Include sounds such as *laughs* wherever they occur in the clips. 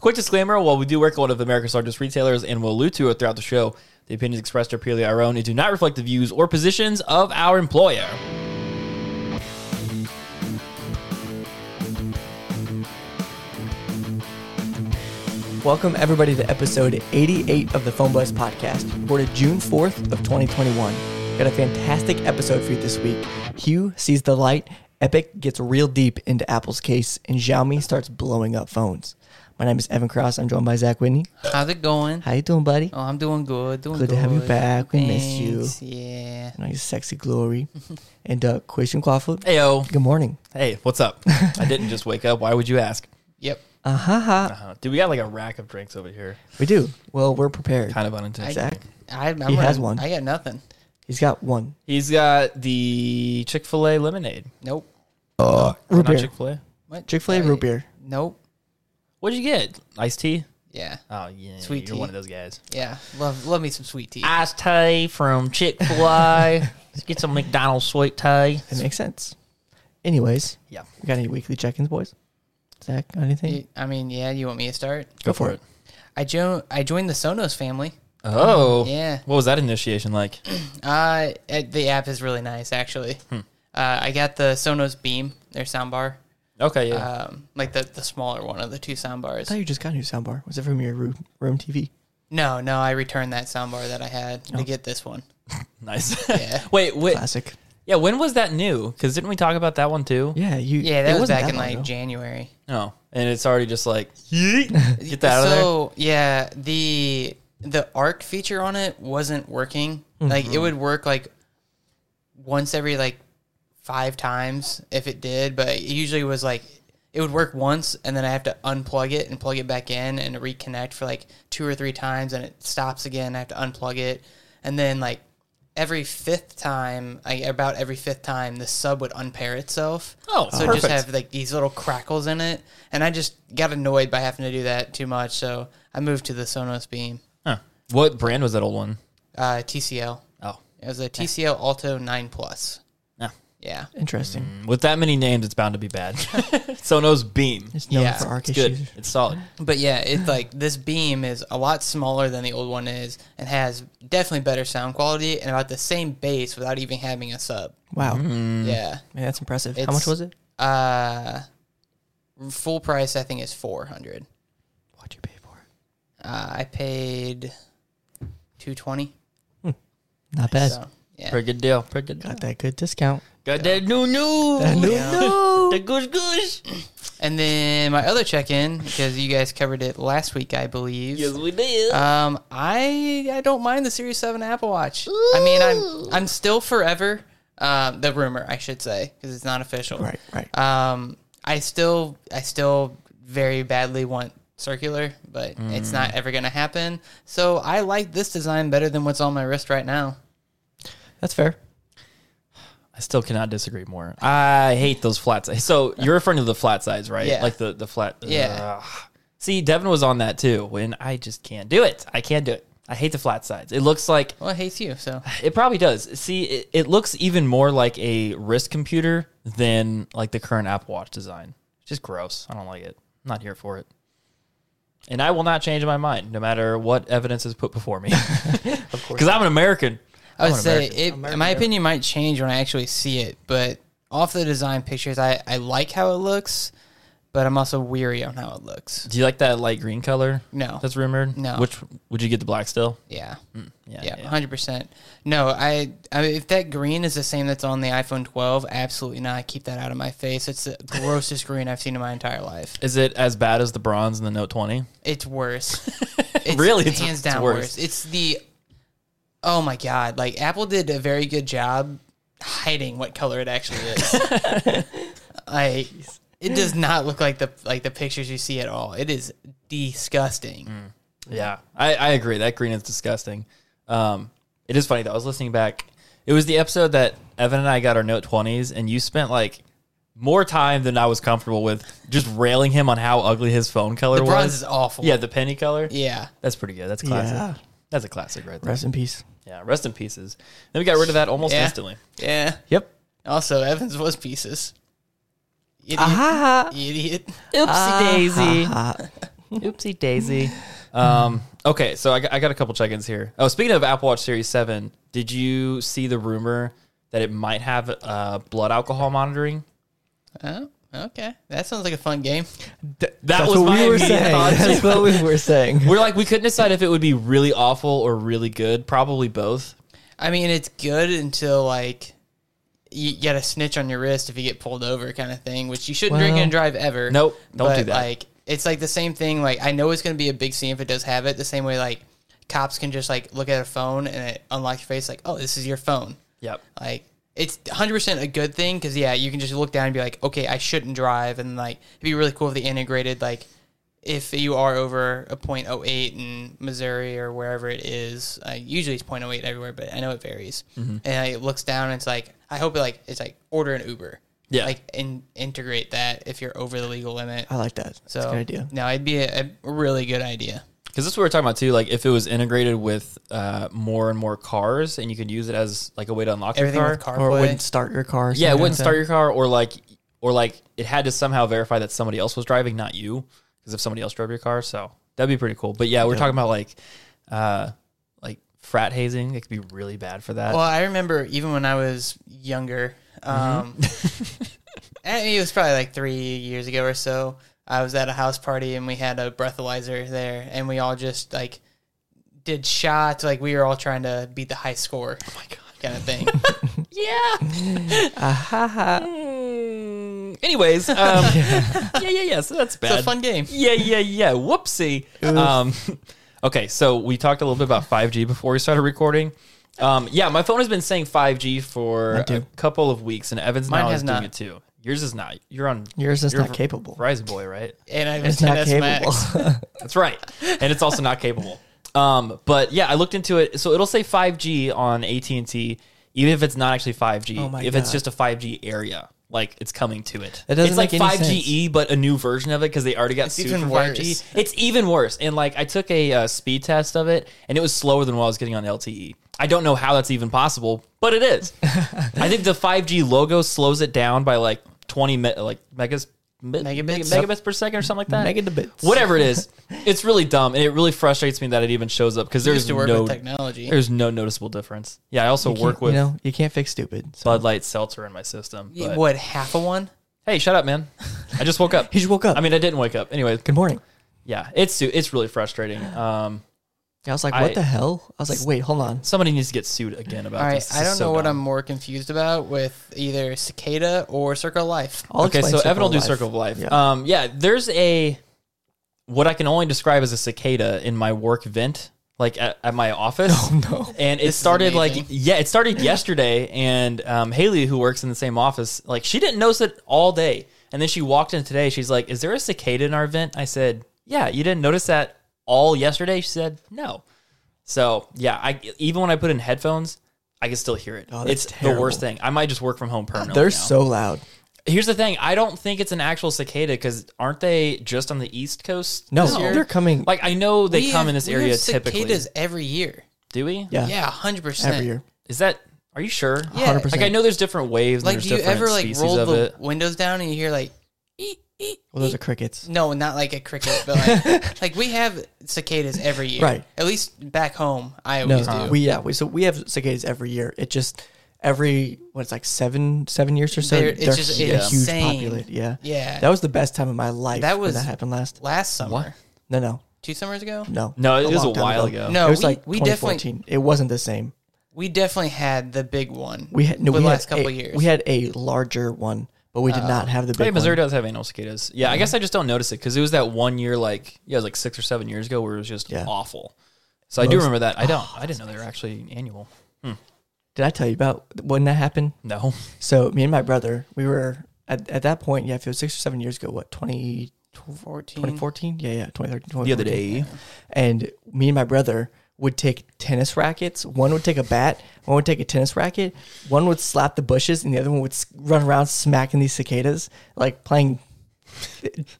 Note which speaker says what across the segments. Speaker 1: Quick disclaimer while we do work with one of America's largest retailers and will allude to it throughout the show, the opinions expressed are purely our own and do not reflect the views or positions of our employer.
Speaker 2: Welcome everybody to episode 88 of the Phone Blast podcast, recorded June 4th of 2021. Got a fantastic episode for you this week. Hugh sees the light, Epic gets real deep into Apple's case, and Xiaomi starts blowing up phones. My name is Evan Cross. I'm joined by Zach Whitney.
Speaker 3: How's it going?
Speaker 2: How you doing, buddy?
Speaker 3: Oh, I'm doing good. Doing
Speaker 2: Good to have you back. We missed you.
Speaker 3: Thanks, Yeah.
Speaker 2: And all your sexy glory. and uh, Christian Clawfoot.
Speaker 1: Heyo.
Speaker 2: Good morning.
Speaker 1: Hey, what's up? *laughs* I didn't just wake up. Why would you ask?
Speaker 3: Yep.
Speaker 2: Uh ha ha.
Speaker 1: Uh, dude, we got like a rack of drinks over here.
Speaker 2: We do. Well, we're prepared.
Speaker 1: Kind of unintentional.
Speaker 2: Zach,
Speaker 3: I, I'm
Speaker 2: He has
Speaker 3: running-
Speaker 2: one.
Speaker 3: I got nothing.
Speaker 2: he's got one.
Speaker 1: He's got the Chick fil A lemonade.
Speaker 3: Nope.
Speaker 2: Root beer.
Speaker 1: Chick fil A.
Speaker 3: What? Uh,
Speaker 2: Chick fil A root beer.
Speaker 3: Nope.
Speaker 1: What'd you get? Iced tea?
Speaker 3: Yeah.
Speaker 1: Oh, yeah.
Speaker 3: Sweet
Speaker 1: You're
Speaker 3: tea.
Speaker 1: one of those guys.
Speaker 3: Yeah. Love love me some sweet tea.
Speaker 1: Iced tea from Chick fil *laughs* A. Let's get some McDonald's sweet tea.
Speaker 2: That makes sense. Anyways,
Speaker 1: Yeah.
Speaker 2: we got any weekly check ins, boys? Zach, got anything?
Speaker 3: You- I mean, yeah. You want me to start?
Speaker 1: Go for it.
Speaker 3: I joined. I joined the Sonos family.
Speaker 1: Oh.
Speaker 3: Yeah.
Speaker 1: What was that initiation like?
Speaker 3: Uh, it- the app is really nice, actually.
Speaker 2: Hmm.
Speaker 3: Uh, I got the Sonos Beam, their soundbar.
Speaker 1: Okay, yeah.
Speaker 3: Um, like the the smaller one of the two soundbars.
Speaker 2: I thought you just got a new soundbar. Was it from your room, room TV?
Speaker 3: No, no, I returned that soundbar that I had to
Speaker 2: Oh.
Speaker 3: get this one.
Speaker 1: nice.
Speaker 3: Yeah.
Speaker 1: *laughs* Wait, wait.
Speaker 2: Classic.
Speaker 1: Yeah, when was that new? Because didn't we talk about that one too?
Speaker 2: Yeah, you.
Speaker 3: Yeah, that
Speaker 2: it
Speaker 3: was
Speaker 2: wasn't
Speaker 3: back in
Speaker 2: long
Speaker 3: like
Speaker 2: ago.
Speaker 3: January.
Speaker 1: No. And it's already just like, *laughs* get that out of there.
Speaker 3: so yeah, the the arc feature on it wasn't working. Like it would work like once every like five times if it did, but it usually was like it would work once and then I have to unplug it and plug it back in and reconnect for like two or three times and it stops again. I have to unplug it and then like every fifth time, like about every fifth time, the sub would unpair itself.
Speaker 1: Oh,
Speaker 3: so
Speaker 1: perfect.
Speaker 3: just have like these little crackles in it, and I just got annoyed by having to do that too much. So I moved to the Sonos Beam,
Speaker 1: Huh. What brand was that old one?
Speaker 3: uh, TCL.
Speaker 1: Oh.
Speaker 3: It was a TCL Alto Nine Plus.
Speaker 1: Yeah.
Speaker 3: Yeah,
Speaker 2: Interesting.
Speaker 1: With that many names, it's bound to be bad. *laughs* Sonos Beam. It's
Speaker 2: It's known
Speaker 3: Yeah,
Speaker 2: for arc
Speaker 1: good.
Speaker 2: issues.
Speaker 1: It's solid.
Speaker 3: but yeah, it's like this Beam is a lot smaller than the old one is, and has definitely better sound quality and about the same bass without even having a sub.
Speaker 2: Wow, man,
Speaker 1: Mm,
Speaker 3: Yeah,
Speaker 2: that's impressive. How
Speaker 3: It's-
Speaker 2: much was it?
Speaker 3: uh, full price I think is four hundred.
Speaker 2: What'd you pay for it?
Speaker 3: Uh, I paid two twenty.
Speaker 2: Not bad.
Speaker 3: So yeah,
Speaker 1: Pretty good deal. Pretty good deal.
Speaker 2: Got that good discount.
Speaker 1: Got that new new.
Speaker 2: That new-
Speaker 1: The goose goose.
Speaker 3: And then my other check in, because you guys covered it last week, I believe.
Speaker 1: Yes, we did.
Speaker 3: Um, I I don't mind the Series Seven Apple Watch. I mean, I'm I'm still forever um, the rumor, I should say, because it's not official.
Speaker 2: Right, right.
Speaker 3: Um, I still I still very badly want circular, but it's
Speaker 2: Mm.
Speaker 3: not ever gonna happen. So I like this design better than what's on my wrist right now.
Speaker 2: That's fair.
Speaker 1: I still cannot disagree more. I hate those flat sides. So you're referring to the flat sides, right?
Speaker 3: Yeah.
Speaker 1: Like the the flat.
Speaker 3: Yeah.
Speaker 1: Ugh. See, Devin was on that too, and I just can't do it. I can't do it. I hate the flat sides. It looks like
Speaker 3: Well, it hates you, so
Speaker 1: it probably does. See, it, it looks even more like a wrist computer than like the current Apple Watch design. It's just gross. I don't like it. I'm not here for it. And I will not change my mind, no matter what evidence is put before
Speaker 3: *laughs*
Speaker 1: me. *laughs* Because I'm an American.
Speaker 3: I would
Speaker 1: I'm an
Speaker 3: say
Speaker 1: American.
Speaker 3: it. my opinion might change when I actually see it, but off the design pictures, I, I like how it looks, but I'm also weary on how it looks.
Speaker 2: Mm.
Speaker 1: Do you like that light green color?
Speaker 3: No.
Speaker 1: That's rumored?
Speaker 3: No.
Speaker 1: Which would you get the black still?
Speaker 3: Yeah,
Speaker 2: Mm.
Speaker 1: yeah.
Speaker 3: yeah, hundred percent. No, I, I if that green is the same that's on the iPhone 12, absolutely not. Keep that out of my face.
Speaker 1: *laughs*
Speaker 3: It's the grossest green I've seen in my entire life.
Speaker 1: Is it as bad as the bronze in the Note 20? *laughs*
Speaker 3: It's worse. It's
Speaker 1: Really? It's-
Speaker 3: hands
Speaker 1: it's
Speaker 3: down
Speaker 1: worse.
Speaker 3: worse. It's the oh my god! Like Apple did a very good job hiding what color it actually
Speaker 1: *laughs*
Speaker 3: is. like it does not look like the like the pictures you see at all. It is disgusting.
Speaker 1: Mm. Yeah, I, I agree. That green is disgusting. Um, it is funny though. I was listening back. It was the episode that Evan and I got our Note 20s, and you spent like more time than I was comfortable with just railing him on how ugly his phone color
Speaker 3: The bronze
Speaker 1: was.
Speaker 3: is awful.
Speaker 1: yeah, the penny color.
Speaker 3: yeah.
Speaker 1: That's pretty good. That's classic.
Speaker 2: Yeah.
Speaker 1: That's a classic right there.
Speaker 2: Rest in peace.
Speaker 1: Yeah, rest in pieces. Then we got rid of that almost
Speaker 3: Yeah.
Speaker 1: instantly.
Speaker 3: Yeah.
Speaker 2: Yep.
Speaker 3: Also, Evans was pieces. Idiot.
Speaker 2: Ah,
Speaker 3: Idiot.
Speaker 1: Oopsie daisy.
Speaker 2: ah.
Speaker 1: Oopsie
Speaker 2: *laughs*
Speaker 1: daisy. Um, okay, so I got, I got a couple check ins here. Oh, speaking of Apple Watch Series 7, did you see the rumor that it might have uh, blood alcohol monitoring?
Speaker 3: Oh, okay. That sounds like a fun game.
Speaker 1: That was my immediate thought,
Speaker 2: That's what we were
Speaker 1: *laughs*
Speaker 2: saying.
Speaker 1: We're like, we couldn't decide if it would be really awful or really good. Probably both.
Speaker 3: I mean, it's good until like you you got a snitch on your wrist if you get pulled over, kind of thing. Which you shouldn't drink
Speaker 2: Well-
Speaker 3: and drive ever.
Speaker 1: Nope, don't
Speaker 3: but,
Speaker 1: do that.
Speaker 3: Like it's like the same thing. Like I know it's going to be a big scene if it does have it. The same way like cops can just like look at a phone and it unlocks your face. Like oh, this is your phone.
Speaker 1: Yep.
Speaker 3: Like it's 100% a good thing because yeah, you can just look down and be like, okay, I shouldn't drive, and like it'd be really cool if they integrated like. If you are over a .08 in Missouri or wherever it is, uh, usually it's .08 everywhere, but I know it varies.
Speaker 2: Mm-hmm.
Speaker 3: And it looks down, and it's like I hope it like it's like order an Uber,
Speaker 1: Yeah.
Speaker 3: Like in, integrate that if you're over the legal limit.
Speaker 2: I like that.
Speaker 3: So
Speaker 2: That's a good idea.
Speaker 3: No, it'd be a, a really good idea.
Speaker 1: Because that's what we we're talking about too. Like if it was integrated with uh, more and more cars, and you could use it as like a way to unlock
Speaker 3: Everything
Speaker 1: your
Speaker 3: with
Speaker 1: car.
Speaker 3: CarPlay.
Speaker 2: Or it wouldn't start your car. or
Speaker 1: Yeah, it
Speaker 2: something
Speaker 1: wouldn't
Speaker 2: like
Speaker 1: start your car, or like, or like it had to somehow verify that somebody else was driving, not you. Because if somebody else drove your car, so that'd be pretty cool. But yeah, we're talking about like, uh, like frat hazing. It could be really bad for that.
Speaker 3: Well, I remember even when I was younger, um,
Speaker 1: Mm-hmm.
Speaker 3: I mean, it was probably like three years ago or so. I was at a house party and we had a breathalyzer there, and we all just like did shots. Like we were all trying to beat the high score. Oh my god, kind
Speaker 1: *laughs*
Speaker 3: of thing.
Speaker 2: *laughs*
Speaker 1: Mm, anyways, um, yeah. *laughs* yeah, yeah, So that's bad.
Speaker 3: it's a fun game.
Speaker 1: Yeah, yeah, yeah. Whoopsie. Um, *laughs* okay, so we talked a little bit about 5G before we started recording. Um, yeah, my phone has been saying 5G for
Speaker 2: too.
Speaker 1: a couple of weeks, and Evans
Speaker 3: Mine
Speaker 1: now
Speaker 3: has
Speaker 1: is doing
Speaker 3: not.
Speaker 1: it too. Yours is not. You're on.
Speaker 2: Yours is
Speaker 1: you're
Speaker 2: not
Speaker 1: Ver-
Speaker 2: capable.
Speaker 1: Verizon boy, right?
Speaker 3: And I
Speaker 2: It's not
Speaker 3: Max.
Speaker 2: capable. *laughs*
Speaker 1: That's right. And it's also not capable. Um, but yeah, I looked into it. So it'll say 5G on AT and T, even if it's not actually 5G.
Speaker 2: Oh my
Speaker 1: if it's
Speaker 2: God.
Speaker 1: just a 5G area, like it's coming to it.
Speaker 2: That
Speaker 1: it's
Speaker 2: doesn't
Speaker 1: like
Speaker 2: make any
Speaker 1: 5GE, but a new version of it because they already got sued
Speaker 3: even
Speaker 1: for 5G.
Speaker 3: worse.
Speaker 1: It's even worse. And like I took a uh, speed test of it, and it was slower than what I was getting on LTE. I don't know how that's even possible, but it is.
Speaker 2: *laughs*
Speaker 1: I think the 5G logo slows it down by like 20 me- like megas.
Speaker 3: Megabits?
Speaker 1: megabits per second, or something like that. *laughs*
Speaker 2: Megabits.
Speaker 1: whatever it is. It's really dumb, and it really frustrates me that it even shows up because there's
Speaker 3: Used to work
Speaker 1: no
Speaker 3: with technology.
Speaker 1: there's no noticeable difference. Yeah, I also
Speaker 2: You
Speaker 1: work
Speaker 2: can't-
Speaker 1: with
Speaker 2: You know, you can't fix stupid. So.
Speaker 1: Bud Light Seltzer in my system. but-
Speaker 3: What half a one?
Speaker 1: Hey, shut up, man! I just woke up.
Speaker 2: *laughs* He just woke up.
Speaker 1: I mean, I didn't wake up. Anyway,
Speaker 2: Good morning.
Speaker 1: yeah, it's su- it's really frustrating. Um,
Speaker 2: I was like, what
Speaker 1: I-
Speaker 2: the hell? I was like, wait, hold on.
Speaker 1: somebody needs to get sued again about
Speaker 3: All right,
Speaker 1: this. This
Speaker 3: I
Speaker 1: is
Speaker 3: don't
Speaker 1: so
Speaker 3: know what I'm
Speaker 1: dumb.
Speaker 3: more confused about with either Cicada or Circle of Life.
Speaker 2: I'll
Speaker 1: okay,
Speaker 2: explain
Speaker 1: so Evan will
Speaker 2: of
Speaker 1: do
Speaker 2: life. *laughs*
Speaker 1: Circle of Life.
Speaker 2: Yeah.
Speaker 1: Um, yeah, there's a what I can only describe as a cicada in my work vent, like at, at my office.
Speaker 2: *laughs* Oh, no.
Speaker 1: and it
Speaker 3: is
Speaker 1: started like
Speaker 3: amazing.
Speaker 1: yeah it started yesterday and um, haley who works in the same office like she didn't notice it all day and then she walked in today she's like is there a cicada in our vent i said yeah you didn't notice that all yesterday she said no so yeah i even when i put in headphones i can still hear it
Speaker 2: Oh, that's
Speaker 1: it's the worst thing i might just work from home permanently
Speaker 2: They're
Speaker 1: now.
Speaker 2: so loud.
Speaker 1: here's the thing i don't think it's an actual cicada because aren't they just on the east coast
Speaker 2: No,
Speaker 1: this year?
Speaker 2: they're coming
Speaker 1: like i know they
Speaker 3: We
Speaker 1: come
Speaker 3: have-
Speaker 1: in this
Speaker 3: we
Speaker 1: area
Speaker 3: have
Speaker 1: typically
Speaker 3: cicadas every year.
Speaker 1: do we
Speaker 2: Yeah.
Speaker 3: Yeah, hundred percent
Speaker 2: every year.
Speaker 1: is that are you sure
Speaker 3: Yeah.
Speaker 2: 100%.
Speaker 1: Like I know there's different waves. and
Speaker 3: Like,
Speaker 1: there's
Speaker 3: do you
Speaker 1: different
Speaker 3: ever like
Speaker 1: species
Speaker 3: roll
Speaker 1: of
Speaker 3: the
Speaker 1: it.
Speaker 3: windows down and you hear like, "Eek, eek,
Speaker 2: well, those
Speaker 3: eek."
Speaker 2: are crickets.
Speaker 3: no, not like a cricket, but
Speaker 2: *laughs*
Speaker 3: like, like we have cicadas every year,
Speaker 2: Right.
Speaker 3: At least back home, I
Speaker 2: No, Uh-huh.
Speaker 3: always do.
Speaker 2: we yeah. We, so we have cicadas every year. It just every what it's like seven seven years or so.
Speaker 3: They're-
Speaker 2: They're,
Speaker 3: it's just
Speaker 2: a huge
Speaker 3: insane.
Speaker 2: population. Yeah,
Speaker 3: Yeah.
Speaker 2: That was the best time of my life.
Speaker 3: That
Speaker 2: when
Speaker 3: was-
Speaker 2: that happened last.
Speaker 3: Last summer,
Speaker 2: No, no,
Speaker 3: two summers ago,
Speaker 2: no.
Speaker 1: No, it was a
Speaker 2: long time
Speaker 1: while ago.
Speaker 3: No,
Speaker 2: it was
Speaker 3: we-
Speaker 2: like
Speaker 3: we definitely-
Speaker 2: 2014. it wasn't the same.
Speaker 3: we definitely had the big one.
Speaker 2: We had no.
Speaker 3: the
Speaker 2: we
Speaker 3: last
Speaker 2: had
Speaker 3: couple
Speaker 2: a,
Speaker 3: years. Oh.
Speaker 2: We had a larger one, but we did not have the big
Speaker 1: Hey, Missouri
Speaker 2: one.
Speaker 1: does have annual cicadas. Yeah, I guess I just don't notice it because it was that one year, like yeah, it was like six or seven years ago, where it was just
Speaker 2: Yeah.
Speaker 1: awful. So I do remember that. I don't. I didn't know they were actually annual.
Speaker 2: Did I tell you about when that happened?
Speaker 1: No. *laughs*
Speaker 2: So me and my brother, we were at, at that point. Yeah, if it was six or seven years ago, what 20,
Speaker 3: 14.
Speaker 2: 2014? Yeah, yeah, 2013.
Speaker 1: The other
Speaker 2: 2014.
Speaker 1: day.
Speaker 2: and me and my brother would take tennis rackets. One would take a bat, one would take a tennis racket, one would slap the bushes, and the other one would s- run around smacking these cicadas, like playing. *laughs*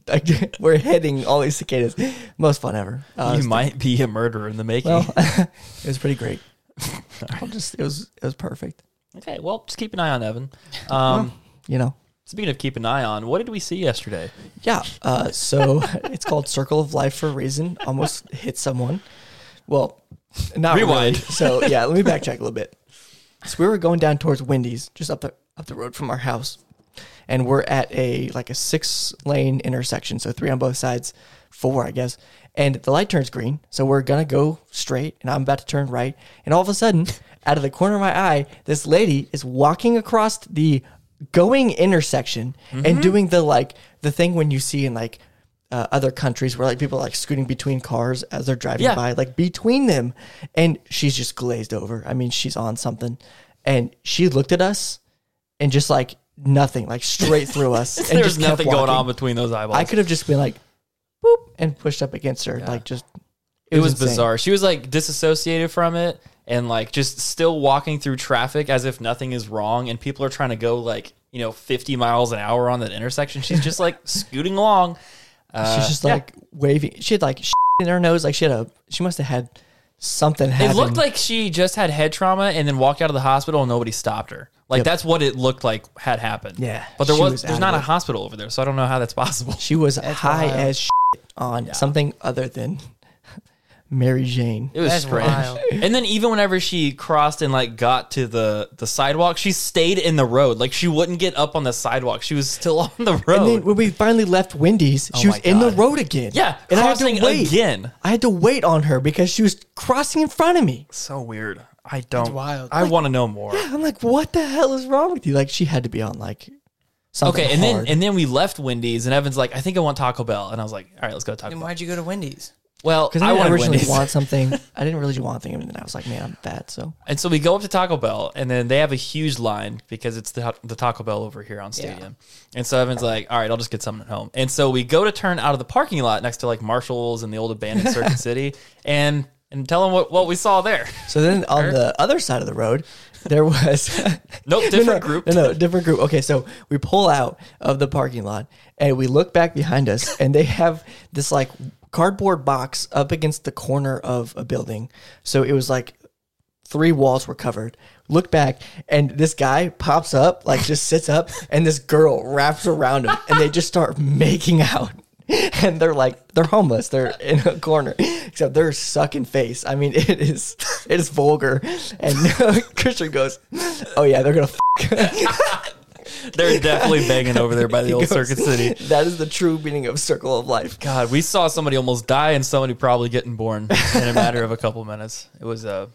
Speaker 2: like *laughs* we're hitting all these cicadas. Most fun ever. Uh,
Speaker 1: you might be a murderer in the making.
Speaker 2: well, *laughs* it was pretty *laughs* great. I'll just it was it was perfect.
Speaker 1: okay. Well, just keep an eye on Evan. Um,
Speaker 2: You know,
Speaker 1: Speaking of keep an eye on, what did we see yesterday?
Speaker 2: Yeah. Uh, so *laughs* it's called Circle of Life for a reason. Almost hit someone. Well, not really.
Speaker 1: Rewind.
Speaker 2: So yeah, let me backtrack a little bit. So we were going down towards Wendy's, just up the up the road from our house, and we're at a like a six lane intersection, so three on both sides, four I guess. And the light turns green, so we're gonna go straight, and I'm about to turn right, and all of a sudden, out of the corner of my eye, this lady is walking across the going intersection and doing the like the thing when you see in like uh, other countries where like people are like scooting between cars as they're driving
Speaker 1: Yeah.
Speaker 2: by, like between them, and she's just glazed over. I mean, she's on something, and she looked at us and just like nothing, like straight
Speaker 1: *laughs*
Speaker 2: through us. and
Speaker 1: There's
Speaker 2: just kept
Speaker 1: nothing going
Speaker 2: walking.
Speaker 1: on between those eyeballs.
Speaker 2: I could have just been like, boop, and pushed up against her, like just.
Speaker 1: it was
Speaker 2: insane.
Speaker 1: bizarre. She was like disassociated from it and like just still walking through traffic as if nothing is wrong and people are trying to go like, you know, 50 miles an hour on that intersection. She's just
Speaker 2: *laughs*
Speaker 1: like scooting along. Uh,
Speaker 2: She's just
Speaker 1: yeah.
Speaker 2: like waving. She had like in her nose, like she had a. She must have had something.
Speaker 1: It
Speaker 2: Happen.
Speaker 1: looked like she just had head trauma and then walked out of the hospital and nobody stopped her. Like
Speaker 2: Yep.
Speaker 1: that's what it looked like had happened.
Speaker 2: Yeah,
Speaker 1: But there
Speaker 2: she
Speaker 1: was,
Speaker 2: was out
Speaker 1: there's
Speaker 2: of
Speaker 1: not a
Speaker 2: it.
Speaker 1: hospital over there, so I don't know how that's
Speaker 2: *laughs*
Speaker 1: possible.
Speaker 2: she was high
Speaker 3: wild.
Speaker 2: as shit on something other than *laughs* Mary Jane.
Speaker 1: It was
Speaker 3: That's
Speaker 1: strange.
Speaker 3: wild.
Speaker 1: And then even whenever she crossed and like got to the the sidewalk, she stayed in the road. Like she wouldn't get up on the sidewalk. She was still *laughs* on the road. Oh
Speaker 2: And then when we finally left Wendy's, she was
Speaker 1: my
Speaker 2: in the
Speaker 1: God.
Speaker 2: road again.
Speaker 1: yeah,
Speaker 2: and I had
Speaker 1: crossing
Speaker 2: to wait.
Speaker 1: again.
Speaker 2: I had to wait on her because she was crossing in front of me.
Speaker 1: So weird. I don't.
Speaker 3: wild.
Speaker 1: I want to know more.
Speaker 2: I'm like, what the hell is wrong with you? Like, she had to be on like something.
Speaker 1: Okay, and then
Speaker 2: hard.
Speaker 1: and then we left Wendy's, and Evan's like, "I think I want Taco Bell," and I was like, "All right, let's go to Taco
Speaker 3: Then
Speaker 1: Bell."
Speaker 3: why'd you go to Wendy's?
Speaker 1: Well,
Speaker 2: because I,
Speaker 1: I
Speaker 2: didn't
Speaker 1: wanted
Speaker 2: originally
Speaker 1: Wendy's,
Speaker 2: want something, I didn't really want something, and then I was like, man, I'm fat, so
Speaker 1: *laughs* and so we go up to Taco Bell, and then they have a huge line because it's the the Taco Bell over here on Stadium. And so Evan's like, "All right, I'll just get something at home." And so we go to turn out of the parking lot next to like Marshalls and the old abandoned
Speaker 2: *laughs*
Speaker 1: Circuit City, and and tell them what, what we saw there. *laughs*
Speaker 2: So then on the other side of the road, there was
Speaker 1: *laughs* Nope,
Speaker 2: *laughs* No,
Speaker 1: different
Speaker 2: no,
Speaker 1: group.
Speaker 2: No, no, different group. Okay, so we pull out of the parking lot and we look back behind us, and they have this like cardboard box up against the corner of a building. So it was like three walls were covered. Look back, and this guy pops up, like just sits up, and this girl wraps around him, and they just start making out. *laughs* And they're like they're homeless. They're in a corner, except they're sucking face. I mean, *laughs* it is it is vulgar. And *laughs* Christian goes, "Oh yeah, they're gonna."
Speaker 1: They're definitely banging over there by the
Speaker 2: *laughs* He
Speaker 1: old *laughs*
Speaker 2: goes,
Speaker 1: Circuit City.
Speaker 2: That is the true meaning of circle of life.
Speaker 1: God, we saw somebody almost die and somebody probably getting born
Speaker 2: *laughs*
Speaker 1: in a matter of a couple minutes. It was a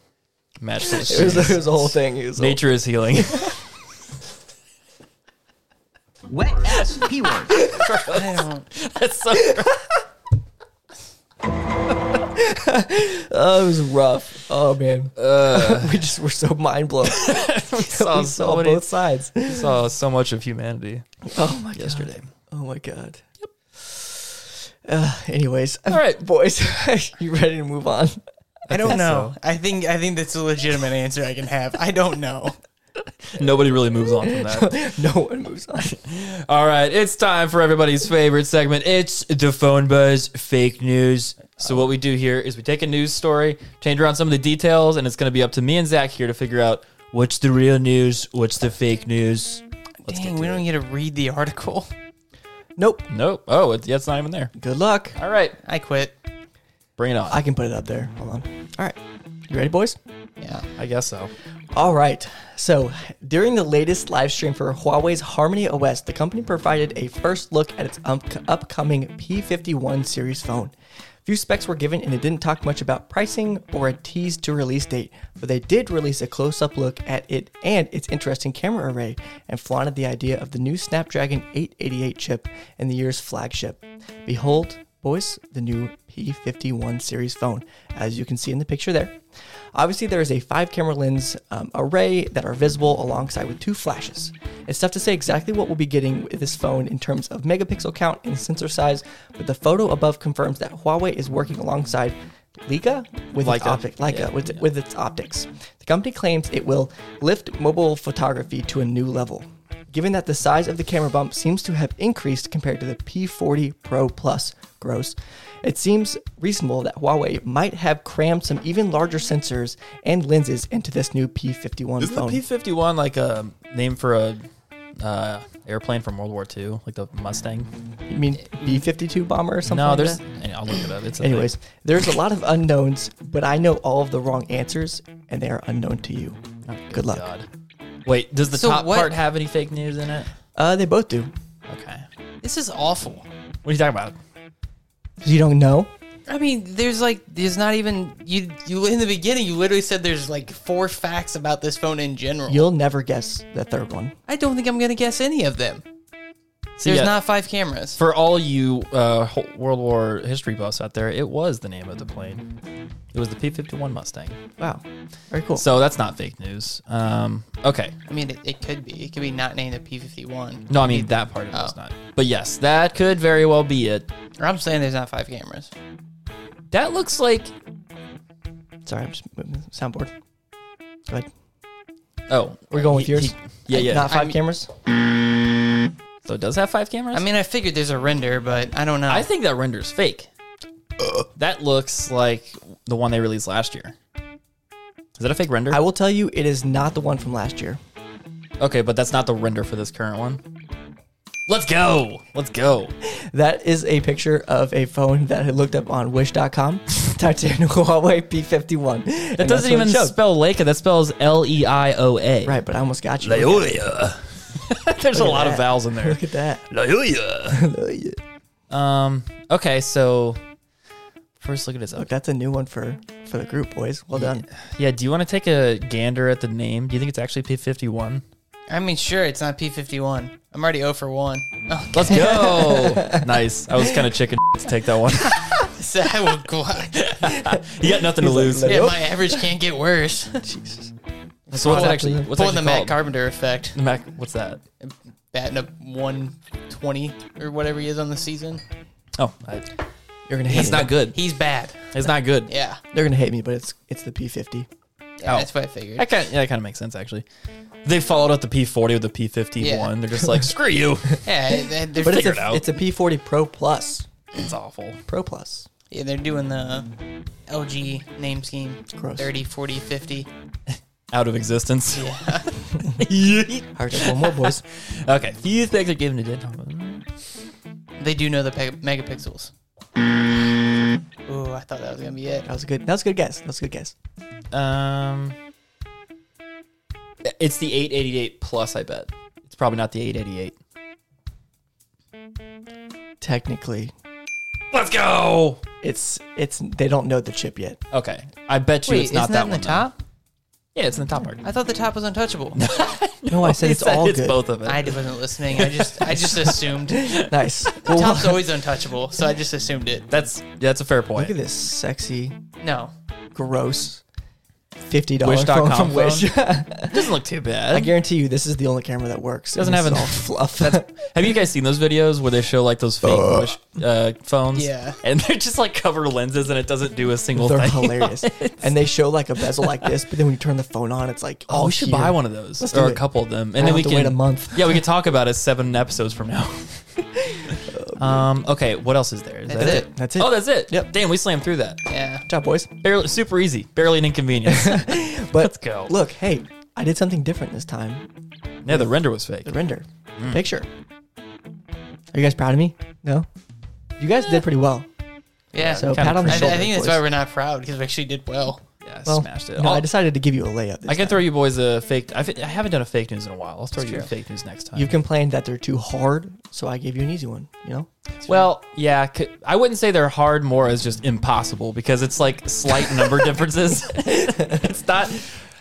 Speaker 1: match. It
Speaker 2: It was, it was the whole thing. It was a-
Speaker 1: Nature is healing.
Speaker 4: *laughs* Wet ass P
Speaker 2: *laughs*
Speaker 4: word.
Speaker 3: I *laughs* don't.
Speaker 1: That's so
Speaker 2: oh, it was rough. Oh man, *laughs* we just were so
Speaker 1: *laughs*
Speaker 2: mind blown.
Speaker 1: saw
Speaker 2: *laughs* we
Speaker 1: so
Speaker 2: saw
Speaker 1: many-
Speaker 2: both sides.
Speaker 1: saw so much of humanity.
Speaker 2: Oh my
Speaker 1: Yesterday.
Speaker 2: god. Oh my god. Yep. Uh, anyways, all
Speaker 1: right.
Speaker 2: *laughs* boys, you ready to move on? *laughs*
Speaker 3: I don't
Speaker 1: think
Speaker 3: know.
Speaker 1: so.
Speaker 3: I think I think that's a legitimate answer I can have. I
Speaker 2: *laughs*
Speaker 3: don't know.
Speaker 1: Nobody really moves on from that.
Speaker 2: No one moves on.
Speaker 1: All right, it's time for everybody's favorite segment. It's the phone buzz fake news. So what we do here is we take a news story, change around some of the details, and it's going to be up to me and Zach here to figure out what's the real news, what's the fake news. Let's
Speaker 3: Dang,
Speaker 1: get
Speaker 3: we
Speaker 1: to
Speaker 3: don't get to read the article.
Speaker 2: Nope.
Speaker 1: it. Nope. Oh, it's, yeah, it's not even there.
Speaker 2: Good luck.
Speaker 1: All right,
Speaker 3: I quit.
Speaker 1: bring it on.
Speaker 2: I can put it up there. Hold on. All right. You ready, boys?
Speaker 3: Yeah.
Speaker 1: I guess so.
Speaker 2: All right. So, during the latest live stream for Huawei's Harmony OS, the company provided a first look at its up- upcoming P51 series phone. Few specs were given, and it didn't talk much about pricing or a tease to release date, but they did release a close up look at it and its interesting camera array and flaunted the idea of the new Snapdragon 888 chip and the year's flagship. Behold, boys, the new P51 series phone, as you can see in the picture there. Obviously, there is a five camera lens um, array that are visible alongside with two flashes. It's tough to say exactly what we'll be getting with this phone in terms of megapixel count and sensor size, but the photo above confirms that Huawei is working alongside Leica with
Speaker 1: Leica.
Speaker 2: its optic, Leica
Speaker 1: Yeah,
Speaker 2: with, with its optics. The company claims it will lift mobile photography to a new level. Given that the size of the camera bump seems to have increased compared to the P40 Pro Plus gross, it seems reasonable that Huawei might have crammed some even larger sensors and lenses into this new P51
Speaker 1: Isn't
Speaker 2: phone.
Speaker 1: the P fifty one like a name for a uh, airplane from World War II, like the Mustang.
Speaker 2: You mean B fifty two bomber or something?
Speaker 1: no,
Speaker 2: like
Speaker 1: there's.
Speaker 2: that?
Speaker 1: and I'll look it up. It's a thing.
Speaker 2: Anyways, there's a lot of unknowns, but I know all of the wrong answers, and they are unknown to you. Good luck.
Speaker 1: God. Wait, does the
Speaker 3: So
Speaker 1: top
Speaker 3: what-
Speaker 1: part have any fake news in it?
Speaker 2: Uh, they both do.
Speaker 1: Okay.
Speaker 3: This is awful.
Speaker 1: What are you talking about?
Speaker 2: 'Cause You don't know.
Speaker 3: I mean, there's like, there's not even you. You in the beginning, you literally said there's like four facts about this phone in general.
Speaker 2: You'll never guess the third one.
Speaker 3: I don't think I'm gonna guess any of them.
Speaker 1: See,
Speaker 3: There's
Speaker 1: yeah,
Speaker 3: not five cameras.
Speaker 1: for all you uh, ho- World War history buffs out there. It was the name of the plane. It was the P fifty one Mustang.
Speaker 2: Wow, very cool.
Speaker 1: So that's not fake news. Um, okay.
Speaker 3: I mean, it, it could be. It could be not named a P51.
Speaker 1: No, I mean that part of it's
Speaker 3: Oh.
Speaker 1: not. But yes, that could very well be it.
Speaker 3: Or I'm saying there's not five cameras.
Speaker 1: That looks like
Speaker 2: Sorry, I'm just moving the soundboard. Go ahead.
Speaker 1: oh,
Speaker 2: We're going with
Speaker 1: he-
Speaker 2: yours.
Speaker 1: he- yeah, yeah.
Speaker 2: Not 5
Speaker 3: I'm-
Speaker 2: cameras.
Speaker 1: so it does have five cameras.
Speaker 3: I mean, I figured there's a render, but I don't know.
Speaker 1: I think that renders fake. That looks like the one they released last year. Is that a fake render?
Speaker 2: I will tell you, it is not the one from last year.
Speaker 1: okay, but that's not the render for this current one. Let's go. Let's go.
Speaker 2: That is a picture of a phone that I looked up on *laughs* Wish.com. Typed in Huawei P51.
Speaker 1: That doesn't even spell Leica. That spells L E I O A.
Speaker 2: Right, but I almost got you. Look
Speaker 1: Laoya. *laughs* There's a lot of
Speaker 2: that.
Speaker 1: vowels in *laughs* there.
Speaker 2: at that.
Speaker 1: Laoya.
Speaker 2: *laughs* Look,
Speaker 1: Um. Okay. So first, look at his. Okay.
Speaker 2: that's a new one for for the group, boys. Well done.
Speaker 1: Yeah. Do you want to take a gander at the name? Do you think it's actually P fifty one?
Speaker 3: I mean, sure, it's not P51. I'm already 0 for 1. Oh,
Speaker 1: Let's *laughs* go. nice. I was kind of chicken *laughs* to take that one.
Speaker 3: *laughs* so I will go.
Speaker 1: *laughs* You got nothing to lose.
Speaker 2: like,
Speaker 3: Yeah, my average can't
Speaker 1: *laughs*
Speaker 3: get worse.
Speaker 2: Jesus.
Speaker 1: so what's
Speaker 2: Pull
Speaker 1: that
Speaker 2: up
Speaker 1: actually?
Speaker 2: the-
Speaker 1: What's
Speaker 3: Pulling the
Speaker 1: actually
Speaker 3: Matt
Speaker 1: called?
Speaker 3: Carpenter effect.
Speaker 1: The Mac. What's that?
Speaker 3: Batting a 120 or whatever he is on the season.
Speaker 1: Oh, I,
Speaker 2: You're gonna hate
Speaker 1: it's
Speaker 2: me.
Speaker 1: not good.
Speaker 3: He's bad.
Speaker 1: It's not good.
Speaker 3: Yeah.
Speaker 2: They're gonna hate me, but it's it's the P50.
Speaker 3: yeah
Speaker 1: Oh.
Speaker 3: That's what I figured.
Speaker 1: That kind yeah, that kind of makes sense actually. They followed up the P forty with the P fifty
Speaker 3: Yeah.
Speaker 1: one. They're just like screw you.
Speaker 3: Yeah, they- they're,
Speaker 2: But it's
Speaker 1: Figure it
Speaker 2: a,
Speaker 1: out.
Speaker 2: it's a P40 Pro Plus.
Speaker 1: It's awful.
Speaker 2: Pro Plus.
Speaker 3: yeah, they're doing the LG name scheme
Speaker 2: gross.
Speaker 3: 30, 40, 50.
Speaker 1: Out of existence.
Speaker 3: *laughs*
Speaker 1: *laughs*
Speaker 3: Yeah.
Speaker 2: Hard to one more, boys.
Speaker 1: Okay. Few things are given to dead.
Speaker 3: they do know the pe- megapixels. Ooh, I thought that was going to be it.
Speaker 2: That was a good. That was a good guess. That was a good guess.
Speaker 1: Um, it's the 888 plus. I bet it's probably not the 888.
Speaker 2: Technically,
Speaker 1: Let's go.
Speaker 2: it's it's they don't know the chip yet.
Speaker 1: Okay, I bet you
Speaker 3: Wait,
Speaker 1: it's not
Speaker 3: isn't
Speaker 1: that
Speaker 3: that in
Speaker 1: one.
Speaker 3: the
Speaker 1: though.
Speaker 3: top?
Speaker 1: Yeah, it's in the top part.
Speaker 3: I thought the top was untouchable.
Speaker 2: *laughs* No, I said *laughs*
Speaker 1: He
Speaker 2: it's
Speaker 1: said
Speaker 2: all
Speaker 1: it's
Speaker 2: good.
Speaker 1: both of it.
Speaker 3: I wasn't listening. I just
Speaker 2: *laughs*
Speaker 3: I just assumed.
Speaker 2: Nice. Well,
Speaker 3: Top's always untouchable, so I just assumed it.
Speaker 1: that's yeah, that's a fair
Speaker 2: *laughs* look at
Speaker 1: point.
Speaker 2: this sexy,
Speaker 3: No.
Speaker 2: gross, fifty dollars
Speaker 1: Wish.com
Speaker 2: phone from Wish. *laughs*
Speaker 1: It *laughs* doesn't look too bad.
Speaker 2: I guarantee you, this is the only camera that works.
Speaker 1: Doesn't
Speaker 2: And
Speaker 1: have
Speaker 2: this
Speaker 1: an-
Speaker 2: is *laughs* all fluff.
Speaker 1: Have you guys seen those videos where they show like those fake wish, uh, phones?
Speaker 3: Yeah.
Speaker 1: and they're just like covered lenses, and it doesn't do a single
Speaker 2: They're
Speaker 1: thing.
Speaker 2: *laughs* hilarious, and they show like a bezel like this, but then when you turn the phone on, it's like
Speaker 1: *laughs* Oh,
Speaker 2: all
Speaker 1: we should
Speaker 2: here.
Speaker 1: buy one of those
Speaker 2: Let's do
Speaker 1: or a
Speaker 2: it.
Speaker 1: couple of them, and
Speaker 2: I
Speaker 1: then
Speaker 2: don't
Speaker 1: we
Speaker 2: have
Speaker 1: can
Speaker 2: to wait a
Speaker 1: *laughs*
Speaker 2: month.
Speaker 1: Yeah, we can talk about it seven episodes from
Speaker 2: *laughs*
Speaker 1: now. um. Okay. What else is there? Is
Speaker 3: That's
Speaker 1: that
Speaker 3: it.
Speaker 2: That's it.
Speaker 1: Oh, that's it.
Speaker 2: Yep.
Speaker 1: Damn, we slammed through that.
Speaker 3: Yeah.
Speaker 2: Good job, boys.
Speaker 1: Barely, super easy. Barely an
Speaker 2: *laughs*
Speaker 1: inconvenience.
Speaker 2: But
Speaker 1: Let's go.
Speaker 2: Look, hey, I did something different this time.
Speaker 1: yeah, the render was fake.
Speaker 2: The render picture. Are you guys proud of me? No. You guys did pretty well.
Speaker 3: Yeah.
Speaker 2: So
Speaker 1: kinda
Speaker 2: pat on the
Speaker 3: I,
Speaker 1: crazy.
Speaker 2: shoulder.
Speaker 3: I think that's
Speaker 2: boys.
Speaker 3: why we're not proud because we actually did well.
Speaker 1: Yeah, I
Speaker 2: Well,
Speaker 1: smashed it.
Speaker 2: No,
Speaker 1: I'll-
Speaker 2: I
Speaker 1: i
Speaker 2: decided to give you a layup. This
Speaker 1: can
Speaker 2: time.
Speaker 1: throw you boys a fake. I, fi- I haven't done a fake news in a while. I'll throw you a
Speaker 3: true.
Speaker 1: fake news next time.
Speaker 2: You've complained that they're too hard, so I gave you an easy one. You know,
Speaker 1: well, yeah, c- I wouldn't say they're hard. More as just impossible because it's like slight number *laughs* differences. it's not.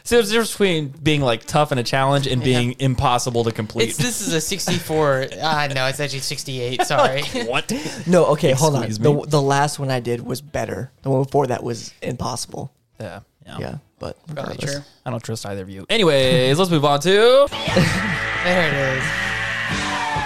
Speaker 1: So there's a difference between being like tough and a challenge and being impossible to complete.
Speaker 3: It's this is a 64. *laughs* ah, no, it's actually 68. *laughs*
Speaker 1: *laughs*
Speaker 3: Sorry.
Speaker 1: *laughs* what?
Speaker 2: no. Okay, hold on.
Speaker 1: Excuse
Speaker 2: The,
Speaker 1: me.
Speaker 2: the last one I did was better. The one before that was impossible.
Speaker 1: Yeah, yeah.
Speaker 2: Yeah, but
Speaker 3: Probably
Speaker 2: regardless,
Speaker 3: true.
Speaker 1: I don't trust either of you. Anyways, let's move on to
Speaker 3: There it is.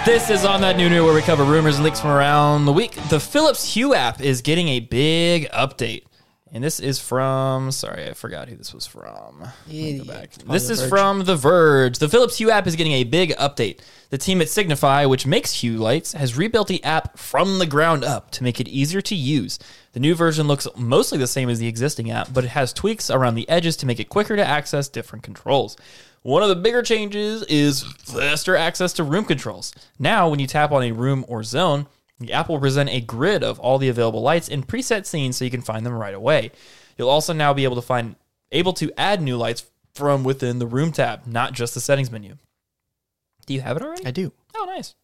Speaker 1: This is on that new new where we cover rumors and leaks from around the week. The Philips Hue app is getting a big update. And this is from, sorry, I forgot who this was from. Let me go back. This is from The Verge. The Philips Hue app is getting a big update. The team at Signify, which makes Hue lights, has rebuilt the app from the ground up to make it easier to use. The new version looks mostly the same as the existing app, but it has tweaks around the edges to make it quicker to access different controls. One of the bigger changes is faster access to room controls. Now, when you tap on a room or zone, the app will present a grid of all the available lights and preset scenes so you can find them right away. You'll also now be able to find able to add new lights from within the room tab, not just the settings menu. Do you have it already?
Speaker 2: I do.
Speaker 1: Oh, nice.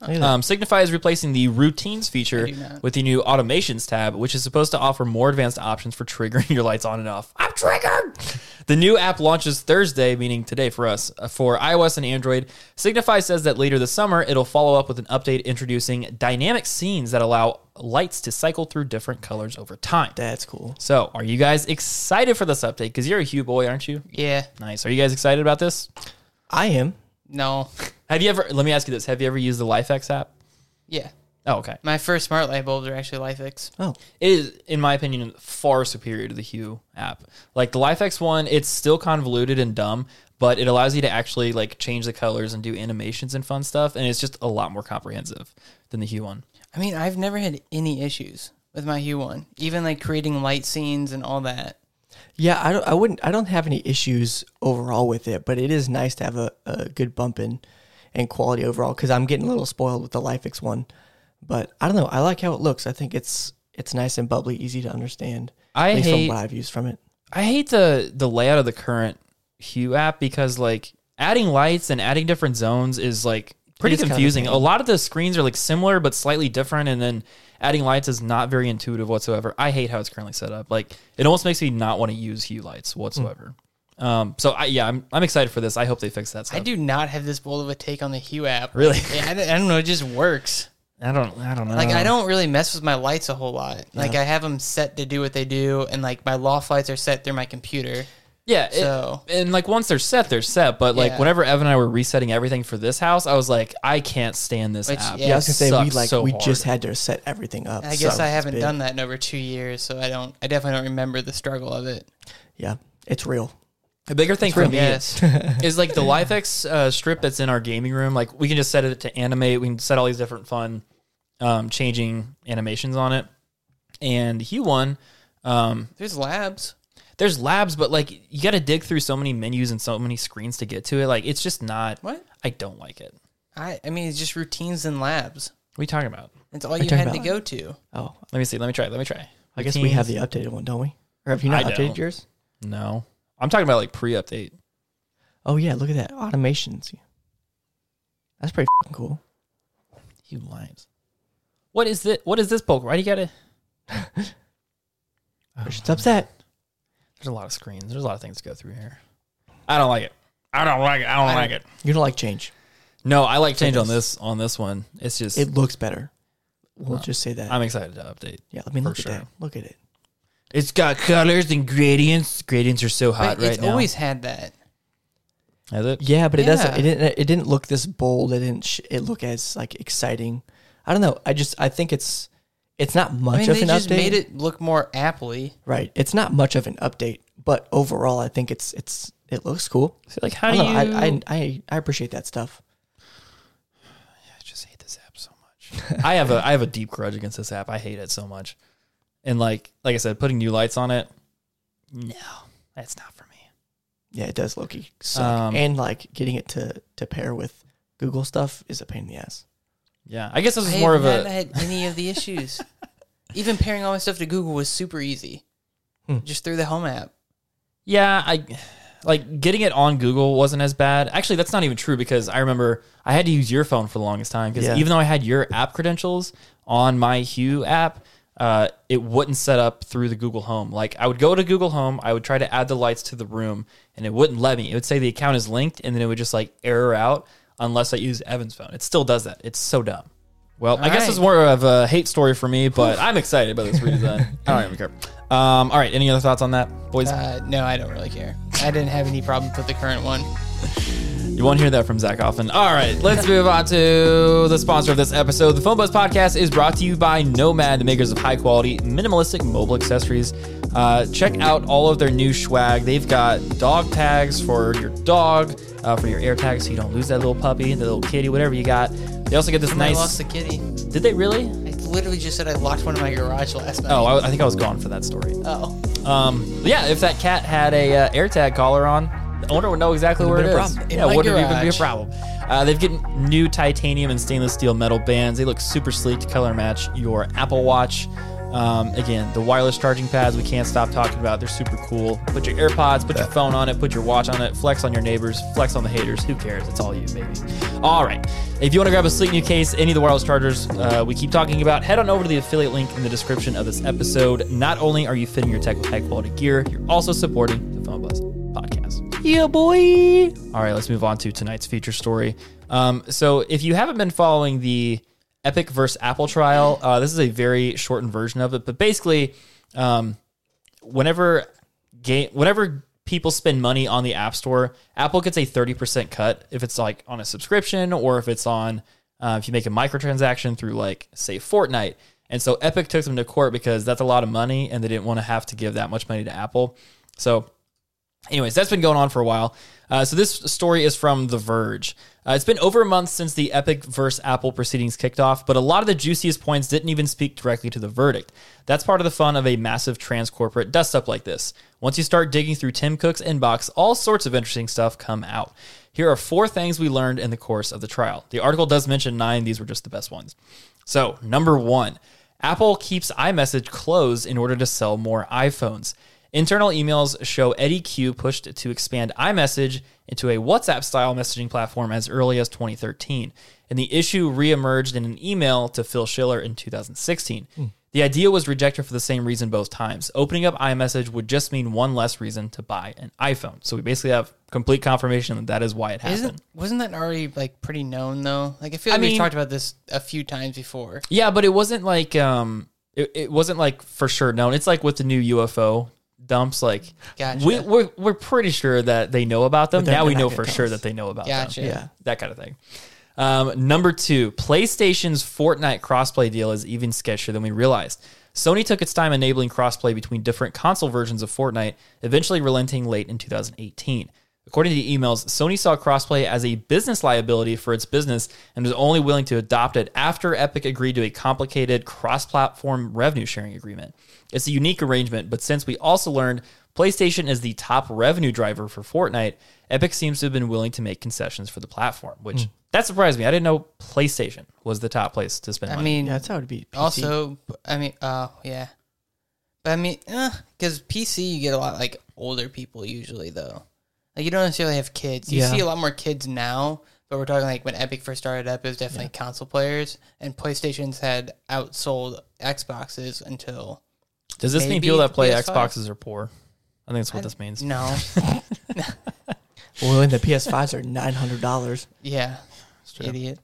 Speaker 2: Look at that.
Speaker 1: Um, Signify is replacing the routines feature
Speaker 3: do not.
Speaker 1: with the new automations tab, which is supposed to offer more advanced options for triggering *laughs* your lights on and off. I'm triggered! *laughs* The new app launches Thursday, meaning today for us, uh, for iOS and Android. Signify says that later this summer, it'll follow up with an update introducing dynamic scenes that allow lights to cycle through different colors over time.
Speaker 2: That's cool.
Speaker 1: So, are you guys excited for this update? Because you're a Hue boy, aren't you?
Speaker 3: Yeah.
Speaker 1: Nice. Are you guys excited about this?
Speaker 2: I am.
Speaker 3: No.
Speaker 1: Have you ever, let me ask you this, have you ever used the LifeX app?
Speaker 3: Yeah.
Speaker 1: Oh, okay.
Speaker 3: My first smart light bulbs are actually LifeX.
Speaker 2: Oh,
Speaker 1: it is, in my opinion, far superior to the Hue app. Like the LifeX one, it's still convoluted and dumb, but it allows you to actually like change the colors and do animations and fun stuff, and it's just a lot more comprehensive than the Hue one.
Speaker 3: I mean, I've never had any issues with my Hue one, even like creating light scenes and all that.
Speaker 2: yeah. I don't. I wouldn't. I don't have any issues overall with it, but it is nice to have a, a good bump in and quality overall because I'm getting a little spoiled with the Lifex one. But I don't know. I like how it looks. I think it's it's nice and bubbly, easy to understand.
Speaker 1: I
Speaker 2: at least
Speaker 1: hate-
Speaker 2: from what I've used from it.
Speaker 1: I hate the the layout of the current Hue app because like adding lights and adding different zones is like pretty
Speaker 2: It's kind of a
Speaker 1: confusing.
Speaker 2: pain.
Speaker 1: a lot of the screens are like similar but slightly different, and then adding lights is not very intuitive whatsoever. I hate how it's currently set up. Like it almost makes me not want to use Hue lights whatsoever. Um, so I, yeah, I'm I'm excited for this. I hope they fix that stuff.
Speaker 3: I do not have this bold of a take on the Hue app.
Speaker 1: Really?
Speaker 3: Yeah, I, don't- I don't know. It just works.
Speaker 1: I don't I don't know.
Speaker 3: Like uh, I don't really mess with my lights a whole lot. Like I have them set to do what they do, and like my loft lights are set through my computer.
Speaker 1: Yeah. it-
Speaker 3: So-
Speaker 1: and like once they're set, they're set. But like
Speaker 3: Yeah.
Speaker 1: whenever Evan and I were resetting everything for this house, I was like, I can't stand this
Speaker 3: Which,
Speaker 1: app.
Speaker 3: yeah,
Speaker 2: Yeah, I was gonna say we
Speaker 1: Sucks
Speaker 2: like
Speaker 1: so
Speaker 2: we
Speaker 1: hard.
Speaker 2: just had to set everything up.
Speaker 3: I guess
Speaker 2: so
Speaker 3: I
Speaker 2: it's
Speaker 3: haven't
Speaker 2: big.
Speaker 3: done that in over two years, so I don't. I definitely don't remember the struggle of it.
Speaker 2: Yeah, it's real.
Speaker 1: A bigger thing for
Speaker 3: Yes.
Speaker 1: me is like the LifeX uh, strip that's in our gaming room. Like we can just set it to animate. We can set all these different fun, um, changing animations on it. And Hue one, um,
Speaker 3: There's labs.
Speaker 1: there's labs, but like you got to dig through so many menus and so many screens to get to it. Like it's just not.
Speaker 3: What?
Speaker 1: I don't like it.
Speaker 3: I I mean, it's just routines and labs.
Speaker 1: What are you talking about?
Speaker 3: It's all
Speaker 2: you
Speaker 3: you
Speaker 2: talking
Speaker 3: had to
Speaker 2: about?
Speaker 3: go to.
Speaker 2: Oh,
Speaker 1: Let me see. Let me try. Let me try.
Speaker 2: I guess we have the updated one, don't we? Or have you
Speaker 1: I
Speaker 2: not updated
Speaker 1: don't.
Speaker 2: yours?
Speaker 1: No, I'm talking about like pre-update.
Speaker 2: Oh yeah, look at that automations. That's pretty fing cool.
Speaker 1: Hue lines. What is this? What is this poke? Why do you gotta?
Speaker 2: Christian's upset.
Speaker 1: There's a lot of screens. There's a lot of things to go through here. I don't like it. I don't like it. I don't like it.
Speaker 2: You don't like change.
Speaker 1: No, I like change on this on this one. It's just
Speaker 2: It looks better. We'll just say that.
Speaker 1: I'm excited to update.
Speaker 2: yeah, I mean,
Speaker 1: for
Speaker 2: look
Speaker 1: sure.
Speaker 2: at that. Look at it.
Speaker 1: It's got colors and gradients. Gradients are so
Speaker 3: But
Speaker 1: hot right
Speaker 3: it's
Speaker 1: now.
Speaker 3: always had that.
Speaker 1: Has it?
Speaker 2: Yeah, but it doesn't.
Speaker 3: Yeah.
Speaker 2: It didn't. It didn't look this bold. It didn't. Sh- it look as like exciting. I don't know. I just. I think it's. It's not much
Speaker 3: I mean,
Speaker 2: of
Speaker 3: they
Speaker 2: an
Speaker 3: just
Speaker 2: update.
Speaker 3: made it look more aptly.
Speaker 2: Right. It's not much of an update, but overall, I think it's it's it looks cool.
Speaker 1: So, like how
Speaker 2: I
Speaker 1: do
Speaker 2: don't know.
Speaker 1: you?
Speaker 2: I, I I I appreciate that stuff.
Speaker 1: I *laughs* just hate this app so much. *laughs* I have a I have a deep grudge against this app. I hate it so much. And like like I said, putting new lights on it. mm. No, that's not for me.
Speaker 2: Yeah, it does Loki suck,
Speaker 1: Um,
Speaker 2: and like getting it to to pair with Google stuff is a pain in the ass.
Speaker 1: Yeah, I guess this is
Speaker 3: I
Speaker 1: more
Speaker 3: have
Speaker 1: of
Speaker 3: not
Speaker 1: a.
Speaker 3: had any of the issues.
Speaker 1: *laughs*
Speaker 3: Even pairing all my stuff to Google was super easy,
Speaker 1: Hmm.
Speaker 3: just through the home app.
Speaker 1: Yeah, I like getting it on Google wasn't as bad. Actually, that's not even true because I remember I had to use your phone for the longest time because
Speaker 2: Yeah.
Speaker 1: even though I had your app credentials on my Hue app, uh, it wouldn't set up through the Google Home. Like I would go to Google Home, I would try to add the lights to the room, and it wouldn't let me. It would say the account is linked, and then it would just like error out unless I use Evan's phone. It still does that. It's so dumb. Well, I guess
Speaker 3: right.
Speaker 1: it's more of a hate story for me, but I'm excited about this
Speaker 3: *laughs*
Speaker 1: redesign. I don't even care. Um, all right, any other thoughts on that, boys?
Speaker 3: Uh, no, I don't really care. I didn't have any problems with the current one.
Speaker 1: You won't hear that from Zach often. All right, let's move on to the sponsor of this episode. The Phone Buzz Podcast is brought to you by Nomad, the makers of high quality, minimalistic mobile accessories. Uh, check out all of their new swag. They've got dog tags for your dog, uh, for your air tags, so you don't lose that little puppy, the little kitty, whatever you got. They also get this
Speaker 3: I
Speaker 1: nice.
Speaker 3: lost the kitty.
Speaker 1: Did they really?
Speaker 3: I literally just said I locked one in my garage last night.
Speaker 1: Oh, I, I think I was gone for that story.
Speaker 3: Oh.
Speaker 1: Um, but yeah, if that cat had a uh, AirTag collar on, The owner would know exactly where it
Speaker 2: Wouldn't
Speaker 1: is.
Speaker 2: have been
Speaker 1: Yeah,
Speaker 2: a problem.
Speaker 3: In my
Speaker 1: it wouldn't even be a
Speaker 3: garage.
Speaker 1: problem. Uh, they've gotten new titanium and stainless steel metal bands. They look super sleek to color match your Apple Watch. Um, again, the wireless charging pads we can't stop talking about. They're super cool. Put your AirPods, put your phone on it, put your watch on it, flex on your neighbors, flex on the haters. Who cares? It's all you, baby. All right. If you want to grab a sleek new case, any of the wireless chargers uh, we keep talking about, head on over to the affiliate link in the description of this episode. Not only are you fitting your tech with high quality gear, you're also supporting the Phone Buzz podcast.
Speaker 2: Yeah, boy.
Speaker 1: All right, let's move on to tonight's feature story. Um, so, if you haven't been following the Epic versus Apple trial, uh, this is a very shortened version of it. But basically, um, whenever game, whenever people spend money on the App Store, Apple gets a thirty percent cut if it's like on a subscription or if it's on uh, if you make a microtransaction through like say Fortnite. And so Epic took them to court because that's a lot of money, and they didn't want to have to give that much money to Apple. So Anyways, that's been going on for a while. Uh, so this story is from The Verge. Uh, it's been over a month since the Epic versus Apple proceedings kicked off, but a lot of the juiciest points didn't even speak directly to the verdict. That's part of the fun of a massive trans corporate dust up like this. Once you start digging through Tim Cook's inbox, all sorts of interesting stuff come out. Here are four things we learned in the course of the trial. The article does mention nine; these were just the best ones. So number one. Apple keeps iMessage closed in order to sell more iPhones. Internal emails show Eddie Q pushed to expand iMessage into a WhatsApp style messaging platform as early as 2013, and the issue reemerged in an email to Phil Schiller in 2016. The idea was rejected for the same reason both times. Opening up iMessage would just mean one less reason to buy an iPhone. So we basically have complete confirmation that that is why it happened.
Speaker 3: Isn't wasn't that already like pretty known though? Like I feel
Speaker 1: I
Speaker 3: like we've
Speaker 1: mean-
Speaker 3: talked about this a few times before.
Speaker 1: Yeah, but it wasn't like um it, it wasn't like for sure known. It's like with the new UFO dumps like
Speaker 3: Gotcha.
Speaker 1: we we're, we're pretty sure that they know about them.
Speaker 2: they're
Speaker 1: Now we
Speaker 2: not
Speaker 1: know
Speaker 2: gonna
Speaker 1: for
Speaker 2: tell
Speaker 1: sure
Speaker 2: us.
Speaker 1: that they know about
Speaker 3: Gotcha.
Speaker 1: them.
Speaker 2: Yeah.
Speaker 1: That kind of thing. Um, number two, PlayStation's Fortnite crossplay deal is even sketchier than we realized. Sony took its time enabling crossplay between different console versions of Fortnite, eventually relenting late in 2018. According to the emails, Sony saw crossplay as a business liability for its business and was only willing to adopt it after Epic agreed to a complicated cross platform revenue sharing agreement. It's a unique arrangement, but since we also learned PlayStation is the top revenue driver for Fortnite, Epic seems to have been willing to make concessions for the platform, which that surprised me. I didn't know PlayStation was the top place to spend
Speaker 3: I
Speaker 1: money.
Speaker 3: mean,
Speaker 2: Yeah, that's how it'd be. PC.
Speaker 3: also, b- I mean, uh, yeah, but I mean, eh, because PC you get a lot like older people usually though. Like you don't necessarily have kids. You
Speaker 2: Yeah.
Speaker 3: see a lot more kids now, but we're talking like when Epic first started up, it was definitely console players, and PlayStations had outsold Xboxes until
Speaker 1: Does this mean
Speaker 3: maybe
Speaker 1: people that play
Speaker 3: PS5?
Speaker 1: Xboxes are poor? I think that's what this means.
Speaker 3: no,
Speaker 2: well, and the PS5s are nine hundred dollars.
Speaker 1: *laughs*
Speaker 3: yeah, idiot,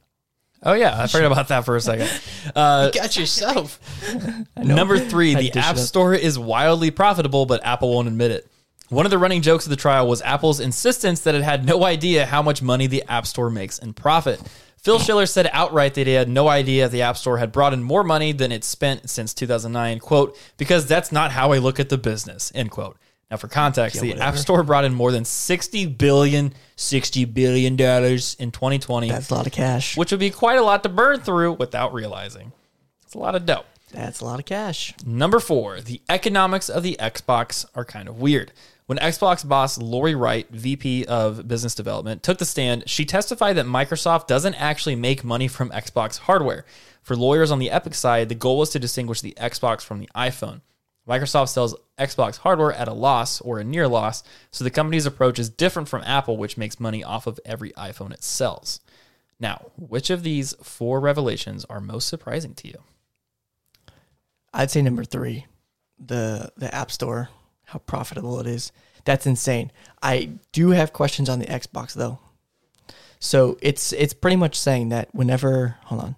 Speaker 1: Oh yeah, I
Speaker 3: *laughs*
Speaker 1: forgot about that for a second. Uh,
Speaker 3: got yourself. *laughs*
Speaker 1: Number three,
Speaker 2: Had to
Speaker 1: the
Speaker 2: dish it
Speaker 1: App
Speaker 2: up.
Speaker 1: Store is wildly profitable, but Apple won't admit it. One of the running jokes of the trial was Apple's insistence that it had no idea how much money the App Store makes in profit. Phil Schiller said outright that he had no idea the App Store had brought in more money than it spent since 2009, quote, because that's not how I look at the business, end quote. Now, for context, the App Store brought in more than 60 billion, 60 billion dollars in 2020,
Speaker 2: That's a lot of cash.
Speaker 1: which would be quite a lot to burn through without realizing. It's a lot of dough.
Speaker 2: That's a lot of cash.
Speaker 1: Number four, the economics of the Xbox are kind of weird. When Xbox boss Lori Wright, VP of Business Development, took the stand, she testified that Microsoft doesn't actually make money from Xbox hardware. For lawyers on the Epic side, the goal was to distinguish the Xbox from the iPhone. Microsoft sells Xbox hardware at a loss or a near loss, so the company's approach is different from Apple, which makes money off of every iPhone it sells. Now, which of these four revelations are most surprising to you?
Speaker 2: I'd say number three, the the App Store, how profitable it is. That's insane. I do have questions on the Xbox though. So it's it's pretty much saying that whenever hold on,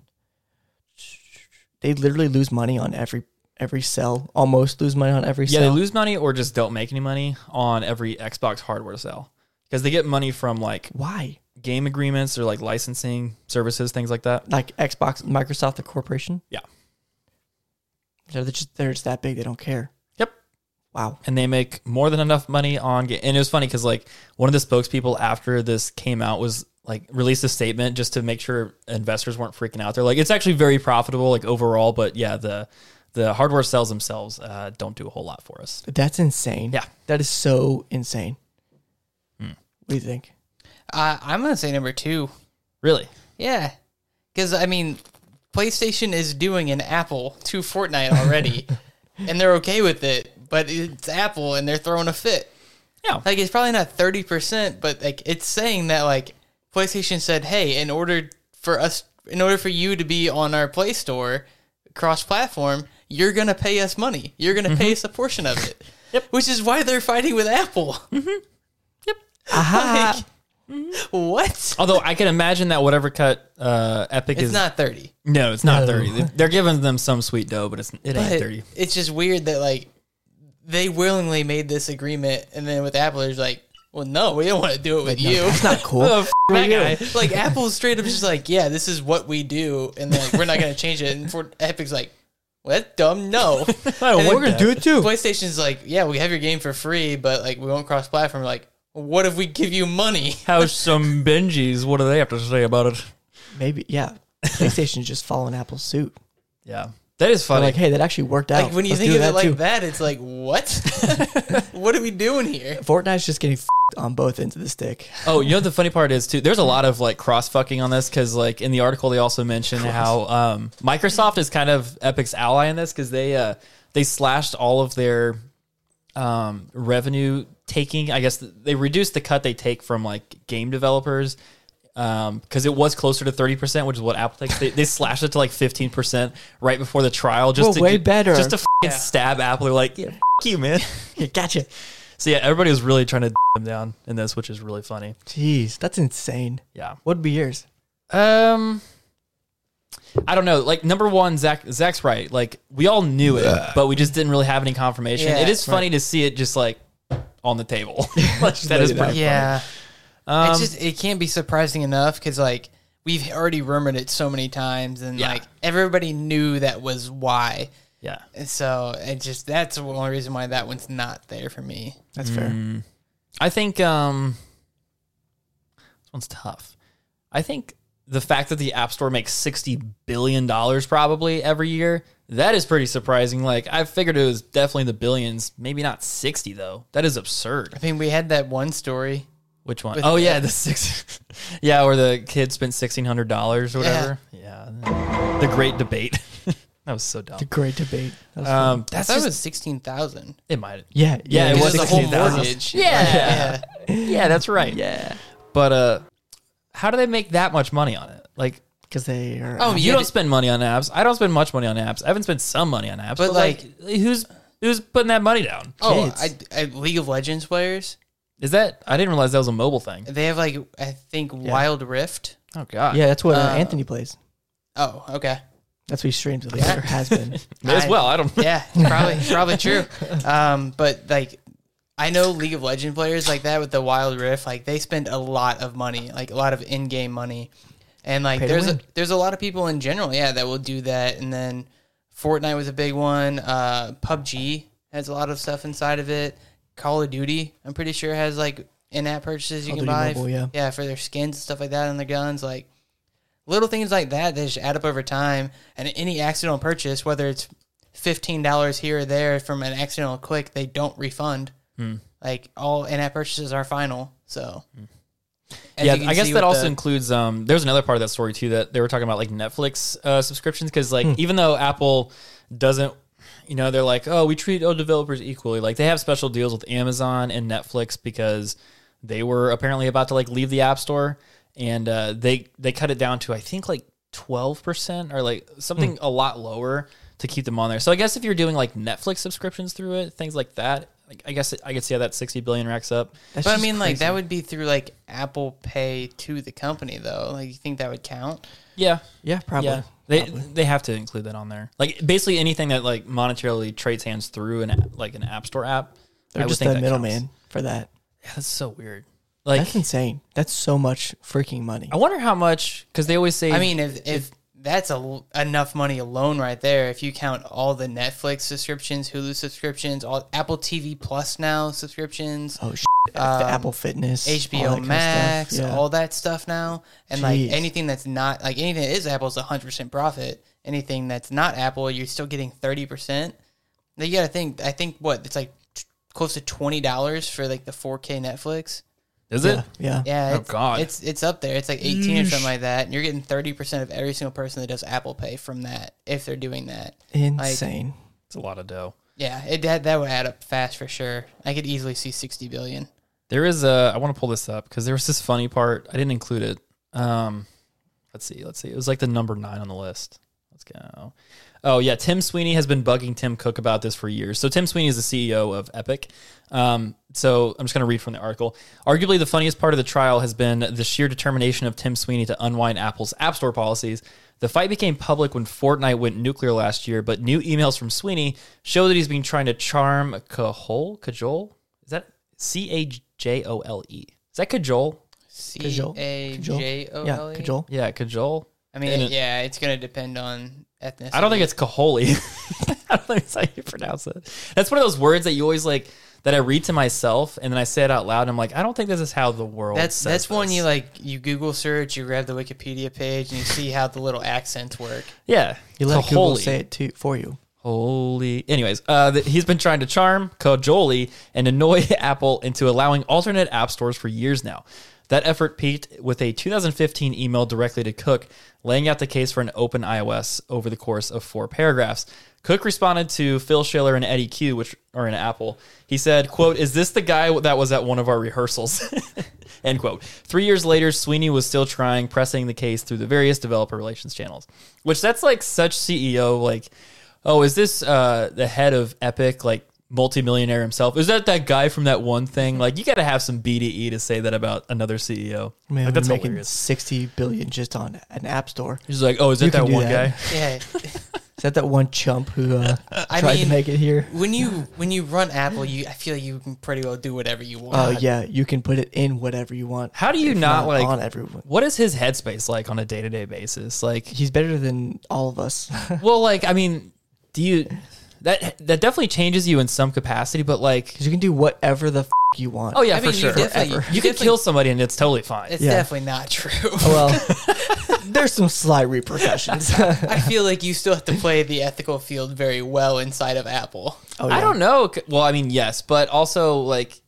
Speaker 2: they literally lose money on every every sell, almost lose money on every
Speaker 1: Yeah,
Speaker 2: sell.
Speaker 1: they lose money or just don't make any money on every Xbox hardware sale because they get money from like
Speaker 2: Why?
Speaker 1: game agreements or like licensing services, things like that.
Speaker 2: Like Xbox, Microsoft, the corporation.
Speaker 1: Yeah.
Speaker 2: They're just they're just that big. They don't care.
Speaker 1: Yep.
Speaker 2: Wow.
Speaker 1: And they make more than enough money on. ga- And it was funny because like one of the spokespeople after this came out was like released a statement just to make sure investors weren't freaking out. They're like, it's actually very profitable, like overall, but yeah, the the hardware sales themselves uh, don't do a whole lot for us.
Speaker 2: That's insane.
Speaker 1: Yeah. Hmm.
Speaker 2: That is so insane. do you think?
Speaker 3: Uh, I'm gonna say number two.
Speaker 1: Really?
Speaker 3: Yeah, because I mean, PlayStation is doing an Apple to Fortnite already, and they're okay with it. But it's Apple, and they're throwing a fit.
Speaker 1: Yeah.
Speaker 3: Like it's probably not thirty percent, but like it's saying that like PlayStation said, hey, in order for us, in order for you to be on our Play Store cross-platform, you're gonna pay us money. You're gonna pay us a portion of it. yep. Which is why they're fighting with Apple. *laughs*
Speaker 2: Aha.
Speaker 3: what?
Speaker 1: Although I can imagine that whatever cut uh, Epic
Speaker 3: It's
Speaker 1: is
Speaker 3: not thirty.
Speaker 1: No, it's not
Speaker 2: No.
Speaker 1: thirty. They- They're giving them some sweet dough, but it's it ain't
Speaker 3: But
Speaker 1: thirty.
Speaker 3: It's just weird that like they willingly made this agreement, and then with Apple, it's like, well, no, we don't want to do it with you. *laughs*
Speaker 2: That's not cool.
Speaker 1: The
Speaker 2: *laughs*
Speaker 1: f-
Speaker 3: That
Speaker 1: you?
Speaker 3: guy. like Apple's straight up just like, yeah, this is what we do, and like we're not gonna change it. And for Epic's like, well, that's
Speaker 2: *laughs*
Speaker 3: dumb. No, *laughs*
Speaker 1: Oh,
Speaker 3: And
Speaker 1: we're
Speaker 3: then
Speaker 1: gonna do it *laughs* too.
Speaker 3: PlayStation's like, yeah, we have your game for free, but like we won't cross platform. Like, what if we give you money? *laughs*
Speaker 1: How's some Benjis? What do they have to say about it?
Speaker 2: Maybe yeah. PlayStation's just following Apple's suit.
Speaker 1: Yeah, that is
Speaker 2: They're
Speaker 1: funny.
Speaker 2: like, hey, that actually worked out.
Speaker 3: Like when you
Speaker 2: Oh, Let's
Speaker 3: think
Speaker 2: do
Speaker 3: of it like
Speaker 2: too.
Speaker 3: that, it's like, what? *laughs* what are we doing here?
Speaker 2: Fortnite's just getting *laughs* f- on both ends of the stick. *laughs*
Speaker 1: oh, you know what the funny part is too. There's a lot of like cross fucking on this because like in the article they also mentioned how um, Microsoft is kind of Epic's ally in this because they uh, they slashed all of their um, revenue taking. I guess th- they reduced the cut they take from like game developers because it was closer to thirty percent, which is what Apple takes. They, they slashed it to like fifteen percent right before the trial, just
Speaker 2: We're
Speaker 1: to
Speaker 2: way
Speaker 1: get-
Speaker 2: better.
Speaker 1: just to f- stab Apple. They're like, yeah, f- you
Speaker 2: *laughs*
Speaker 1: man.
Speaker 2: Yeah, gotcha.
Speaker 1: so yeah, everybody was really trying to d- them down in this, which is really funny.
Speaker 2: Jeez, that's insane.
Speaker 1: Yeah.
Speaker 2: What'd be yours?
Speaker 1: Um, I don't know. Like number one, Zach. Zach's right. Like we all knew it, but we just didn't really have any confirmation.
Speaker 3: Yeah.
Speaker 1: it is funny to see it just like on the
Speaker 2: *laughs*
Speaker 1: table. Like, *laughs* that
Speaker 2: lay
Speaker 1: is
Speaker 2: it out.
Speaker 1: pretty.
Speaker 3: Yeah,
Speaker 1: Um,
Speaker 3: it's just it can't be surprising enough because like we've already rumored it so many times, and
Speaker 1: Yeah.
Speaker 3: like everybody knew that was why.
Speaker 1: yeah.
Speaker 3: And so it just that's the only reason why that one's not there for me.
Speaker 2: That's
Speaker 3: Mm.
Speaker 2: fair.
Speaker 1: I think um, this one's tough. I think the fact that the App Store makes sixty billion dollars probably every year that is pretty surprising. Like I figured it was definitely in the billions, maybe not sixty though. That is absurd.
Speaker 3: I mean, we had that one story.
Speaker 1: Which one? oh yeah, the six. *laughs* yeah, where the kid spent sixteen hundred dollars or whatever. Yeah. the great debate. *laughs* that was so dumb.
Speaker 2: The great debate. That was fun.
Speaker 1: Um,
Speaker 3: I
Speaker 1: that's
Speaker 3: thought
Speaker 1: just,
Speaker 3: it was sixteen thousand.
Speaker 1: it might.
Speaker 2: yeah,
Speaker 1: yeah, it
Speaker 3: It
Speaker 1: was
Speaker 3: was a whole
Speaker 1: 16,000.
Speaker 3: mortgage.
Speaker 1: Yeah. Yeah, that's right.
Speaker 2: Yeah,
Speaker 1: But uh, how do they make that much money on it? Like.
Speaker 2: because they are.
Speaker 3: Oh,
Speaker 1: You
Speaker 3: yeah,
Speaker 1: don't
Speaker 3: but-
Speaker 1: spend money on apps. I don't spend much money on apps. I haven't spent some money on apps, but,
Speaker 3: But,
Speaker 1: like, who's who's putting that money down?
Speaker 3: Oh, I,
Speaker 2: Kids.
Speaker 3: I, League of Legends players.
Speaker 1: Is that I didn't realize that was a mobile thing.
Speaker 3: They have like I think Wild Rift.
Speaker 1: Oh god.
Speaker 2: yeah, that's what uh,
Speaker 3: Uh,
Speaker 2: Anthony plays.
Speaker 3: Oh,
Speaker 1: *laughs*
Speaker 3: okay.
Speaker 2: That's what he streams
Speaker 3: *laughs*
Speaker 2: at least, or has been.
Speaker 1: May as
Speaker 3: I-
Speaker 1: well. I *laughs* don't
Speaker 3: Yeah, probably probably true. Um, but like I know League of Legends players like that with the Wild Rift, like they spend a lot of money, like a lot of in-game money. And like
Speaker 2: Pay to
Speaker 3: there's a,
Speaker 2: win.
Speaker 3: there's a lot of people in general, yeah, that will do that. And then Fortnite was a big one. Uh, PUBG has a lot of stuff inside of it. Call of Duty, I'm pretty sure has like in-app purchases you
Speaker 2: Call
Speaker 3: can
Speaker 2: Duty
Speaker 3: buy.
Speaker 2: Mobile, yeah.
Speaker 3: yeah, for their skins and stuff like that on their guns, like little things like that that just add up over time and any accidental purchase whether it's $15 here or there from an accidental click they don't refund
Speaker 1: Hmm.
Speaker 3: like all in-app purchases are final so As you
Speaker 1: yeah,
Speaker 3: can
Speaker 1: I guess
Speaker 3: see
Speaker 1: that
Speaker 3: with
Speaker 1: also
Speaker 3: the-
Speaker 1: includes. Um, there's another part of that story too that they were talking about like Netflix uh, subscriptions because
Speaker 3: Hmm.
Speaker 1: like even though Apple doesn't, you know, they're like, oh, we treat all developers equally. Like they have special deals with Amazon and Netflix because they were apparently about to like leave the App Store and uh, they they cut it down to I think like twelve percent or like something
Speaker 3: Hmm.
Speaker 1: a lot lower to keep them on there. So I guess if you're doing like Netflix subscriptions through it, things like that. Like, I guess it, I could see how that sixty billion racks up.
Speaker 2: That's
Speaker 3: but i
Speaker 2: just
Speaker 3: mean like
Speaker 2: crazy.
Speaker 3: that would be through like apple pay to the company though like you think that would count
Speaker 1: Yeah,
Speaker 2: Yeah, probably.
Speaker 1: Yeah, they they have to include that on there. Like basically anything that like monetarily trades hands through an like an app store app.
Speaker 2: They're
Speaker 1: would
Speaker 2: just
Speaker 1: think
Speaker 2: the
Speaker 1: that
Speaker 2: middleman
Speaker 1: counts.
Speaker 2: for that.
Speaker 1: Yeah, that's so weird. Like
Speaker 2: That's insane. That's so much freaking money.
Speaker 1: I wonder how much because they always say.
Speaker 3: i mean if, if that's a, l- enough money alone right there if you count all the netflix subscriptions hulu subscriptions all apple tv plus now subscriptions
Speaker 2: Oh shit! the
Speaker 3: um,
Speaker 2: Apple Fitness, all that
Speaker 3: HBO
Speaker 2: kind of stuff.
Speaker 3: Max,
Speaker 2: Yeah.
Speaker 3: all that stuff now, and
Speaker 2: Jeez.
Speaker 3: like anything that's not like anything that is Apple is hundred percent profit. Anything that's not Apple, you're still getting thirty percent. Now you got to think. I think what it's like t- close to twenty dollars for like the four K Netflix.
Speaker 1: Is it?
Speaker 2: Yeah.
Speaker 3: Yeah,
Speaker 1: Oh,
Speaker 3: it's,
Speaker 1: God.
Speaker 3: it's it's up there. It's like 18 or something like that. And you're getting 30% of every single person that does Apple Pay from that if they're doing that.
Speaker 2: Insane.
Speaker 1: It's a lot of dough.
Speaker 3: Yeah, it that, that would add up fast for sure. I could easily see 60 billion.
Speaker 1: There is a. I want to pull this up because there was this funny part. I didn't include it. Um, let's see. Let's see. It was like the number nine on the list. Let's go. Oh yeah, Tim Sweeney has been bugging Tim Cook about this for years. So Tim Sweeney is the CEO of Epic. Um, so I'm just going to read from the article. Arguably, the funniest part of the trial has been the sheer determination of Tim Sweeney to unwind Apple's App Store policies. The fight became public when Fortnite went nuclear last year, but new emails from Sweeney show that he's been trying to charm cajole, cajole. Is that C A J O L E? Is that cajole?
Speaker 3: C
Speaker 2: Cajole.
Speaker 3: A J O
Speaker 2: Yeah,
Speaker 3: L E.
Speaker 2: cajole.
Speaker 1: Yeah, cajole.
Speaker 3: I mean,
Speaker 1: And it-
Speaker 3: yeah, it's going to depend on ethnicity.
Speaker 1: I don't think it's cajole. *laughs* I don't think that's how you pronounce it. That's one of those words that you always like that I read to myself and then I say it out loud. And I'm like, I don't think this is how the world.
Speaker 3: that's
Speaker 1: says
Speaker 3: that's one
Speaker 1: this.
Speaker 3: you like you Google search, you grab the Wikipedia page and you see how the little accents work.
Speaker 1: Yeah,
Speaker 2: You let
Speaker 1: Cajole.
Speaker 2: Google say it to for you.
Speaker 1: Holy. Anyways, uh, th- he's been trying to charm, cajole, and annoy *laughs* Apple into allowing alternate app stores for years now. That effort peaked with a 2015 email directly to Cook, laying out the case for an open iOS over the course of four paragraphs. Cook responded to Phil Schiller and Eddie Q, which are in Apple. He said, "quote Is this the guy that was at one of our rehearsals?" *laughs* End quote. Three years later, Sweeney was still trying, pressing the case through the various developer relations channels. Which that's like such CEO like oh, is this uh, the head of Epic, like multimillionaire himself? Is that that guy from that one thing? Like, you got to have some BDE to say that about another E CEO.
Speaker 2: Man,
Speaker 1: like,
Speaker 2: that's
Speaker 1: that's
Speaker 2: making
Speaker 1: hilarious.
Speaker 2: sixty billion just on an app store. Is
Speaker 1: He's like, oh, is
Speaker 2: You
Speaker 1: that that
Speaker 2: can do
Speaker 1: one
Speaker 2: that.
Speaker 1: guy?
Speaker 3: Yeah. *laughs*
Speaker 2: that that one chump
Speaker 1: *laughs*
Speaker 2: who uh,
Speaker 3: I
Speaker 2: tried to
Speaker 3: mean-
Speaker 2: make it here?
Speaker 3: when you when you run Apple, you I feel like you can pretty well do whatever you want.
Speaker 2: Oh yeah, you can put it in whatever you want.
Speaker 1: How do you
Speaker 2: If
Speaker 1: not, like?
Speaker 2: on everyone?
Speaker 1: What is his headspace like on a day to day basis? Like,
Speaker 2: He's better than all
Speaker 1: *laughs*
Speaker 2: of us.
Speaker 1: well, like, I mean, do you? That that definitely changes you in some capacity, but like,
Speaker 2: Because you can do whatever the f- you want.
Speaker 1: oh yeah,
Speaker 3: I
Speaker 1: for
Speaker 3: mean, you
Speaker 1: sure.
Speaker 3: definitely-
Speaker 1: Forever. *laughs*
Speaker 3: you
Speaker 1: You could
Speaker 3: definitely-
Speaker 1: kill somebody and it's totally fine.
Speaker 3: It's
Speaker 2: yeah.
Speaker 3: definitely not *laughs* true.
Speaker 2: Well,
Speaker 1: *laughs*
Speaker 2: *laughs* there's some sly repercussions.
Speaker 3: I feel like you still have to play the ethical field very well inside of Apple.
Speaker 2: Oh,
Speaker 1: I don't know. C- Well, I mean, yes, but also like,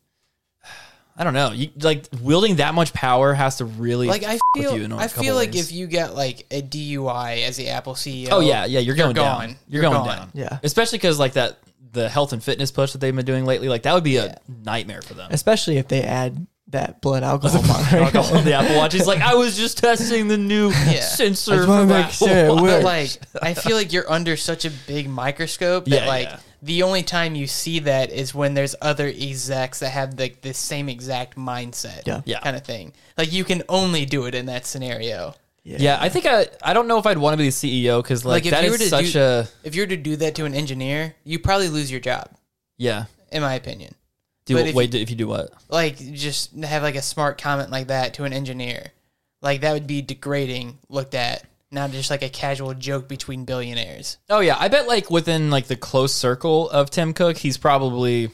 Speaker 1: *sighs* I don't know. You like wielding that much power has to really
Speaker 3: Like I
Speaker 1: f- with you in
Speaker 3: feel,
Speaker 1: a
Speaker 3: I
Speaker 1: couple
Speaker 3: feel like
Speaker 1: ways.
Speaker 3: if you get like a DUI as the Apple E CEO,
Speaker 1: oh yeah, yeah, you're going
Speaker 3: gone.
Speaker 1: down. You're,
Speaker 3: You're
Speaker 1: going
Speaker 3: gone.
Speaker 1: down.
Speaker 2: Yeah.
Speaker 1: especially because like that the health and fitness push that they've been doing lately, like that would be a nightmare for them.
Speaker 2: Especially if they add that
Speaker 1: *laughs*
Speaker 2: blood alcohol monitoring. *laughs*
Speaker 1: Alcohol on the Apple Watch. He's like, I was just testing the
Speaker 3: *laughs*
Speaker 1: new sensor.
Speaker 2: I just
Speaker 1: for
Speaker 2: want to
Speaker 1: my
Speaker 2: make
Speaker 1: Apple
Speaker 2: sure it
Speaker 1: Watch."
Speaker 3: But
Speaker 2: works.
Speaker 1: *laughs*
Speaker 3: like, I feel like you're under such a big microscope that
Speaker 1: Yeah,
Speaker 3: like
Speaker 1: yeah.
Speaker 3: the only time you see that is when there's other execs that have like the same exact mindset,
Speaker 2: Yeah.
Speaker 1: Yeah.
Speaker 3: kind of thing. Like you can only do it in that scenario.
Speaker 1: Yeah, I think I. I don't know if I'd want to be the CEO because like,
Speaker 3: Like, if
Speaker 1: that
Speaker 3: you were
Speaker 1: is
Speaker 3: to
Speaker 1: such
Speaker 3: do-
Speaker 1: a
Speaker 3: If you were to do that to an engineer, you probably lose your job,
Speaker 1: yeah.
Speaker 3: in my opinion.
Speaker 1: Do
Speaker 3: But if
Speaker 1: wait if you do what?
Speaker 3: Like just have like a smart comment like that to an engineer, like that would be degrading looked at, not just like a casual joke between billionaires.
Speaker 1: Oh yeah, I bet like within like the close circle of Tim Cook, he's probably